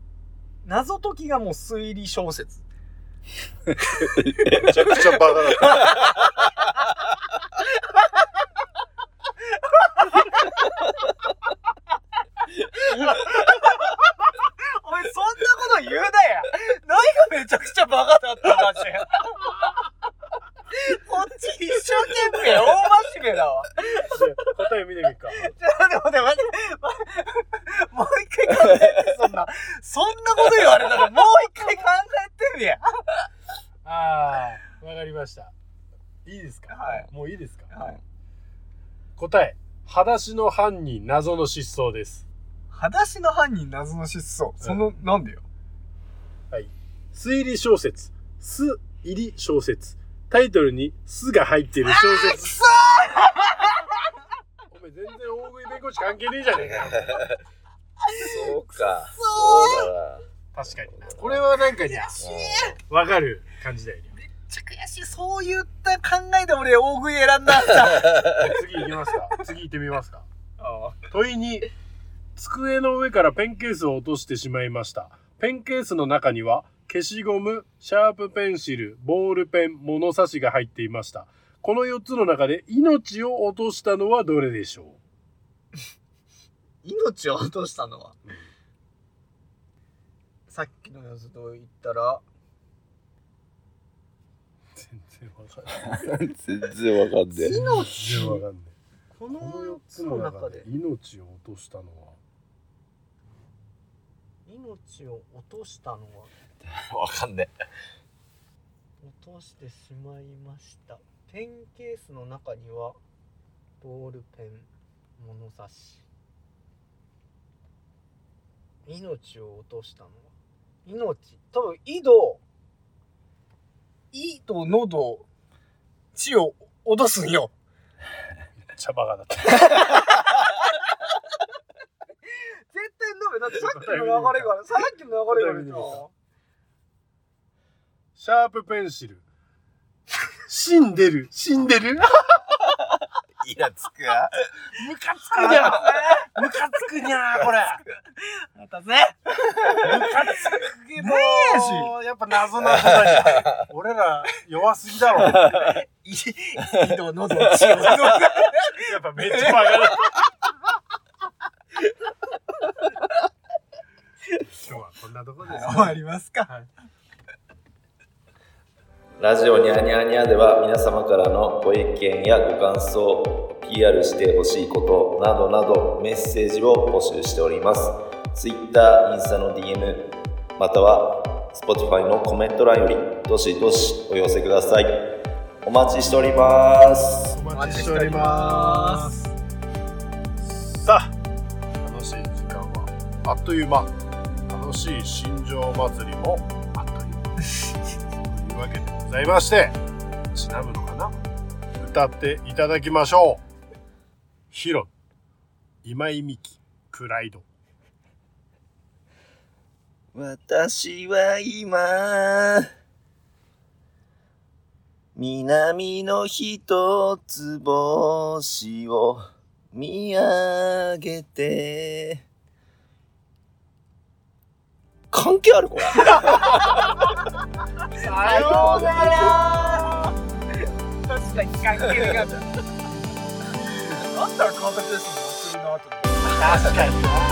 謎解きがもう推理小説。
めちゃくちゃバカだった。
お前そんなこと言うなや何がめちゃくちゃバカだったん [LAUGHS] だし。こっち一生懸命大真面目だわ。
答え見てみっか。
ちょっと待って待って待って。もう一回考えて、そんな。そんなこと言われたらもう一回考えてみや。
ああ、わかりました。いいですか
はい。
もういいですか
はい。
答え、裸足の犯人謎の失踪です。
裸足の犯人謎の失踪。その、なんでよ。
推理小説、す入り小説。タイトルにすが入っている小
く
説。
そ
お前全然大食い弁護士関係ねえじゃねえかよ。
[LAUGHS] そうか。そうだな。
確かにな。これはなんかにゃ、わかる感じだよね。
ー悔しい。そういった考えで俺大食い選んだんだ。
次行きますか次行ってみますか
あ
問いに机の上からペンケースを落としてしまいましたペンケースの中には消しゴムシャープペンシルボールペン物差しが入っていましたこの4つの中で命を落としたのはどれでしょう
命を落としたのは、さっきのやつと言ったら、
全然わかんない
[LAUGHS] 全然わかんない。
命
全然わかんない
こ
こ
の
の4
4
つ
つ
の
の
中
中
で
で
命を落としたのは
命を落としたのは
わかんない。
落としてしまいましたペンケースの中にはボールペン物差し命を落としたのは命多分井戸井と喉血を落とすんよ
めっちゃバカだった
絶対飲めだってさっきの流れから
[LAUGHS]
さっきの流れからさ
シャープペンシル死んでる死んでる
イラつくわ。
ムカつくにゃムカつくにゃこれ
またね
ムカつくけど
や [LAUGHS]
やっぱ謎な人だよ俺ら弱すぎだろ
い井戸のどっちを。
やっぱめっちゃバカだ。今日はこんなところです
終わりますか。
ラジオニャーニャーニャーでは皆様からのご意見やご感想、PR してほしいことなどなどメッセージを募集しております。Twitter、インスタの DM、または Spotify のコメント欄よりどしどしお寄せください。お待ちしております。
お
お。
待ちしておりますす。さあ、楽しい時間はあっという間。楽しい新庄祭りもあっという間。というわけでございまして、ちなむのかな歌っていただきましょう。ヒロ、今井美樹、プライド。
私は今南の一つ星を見上げて関係あるこれ
さようなら確かに関係なかった。あったら形ですもん、祭りの後に。
確かに。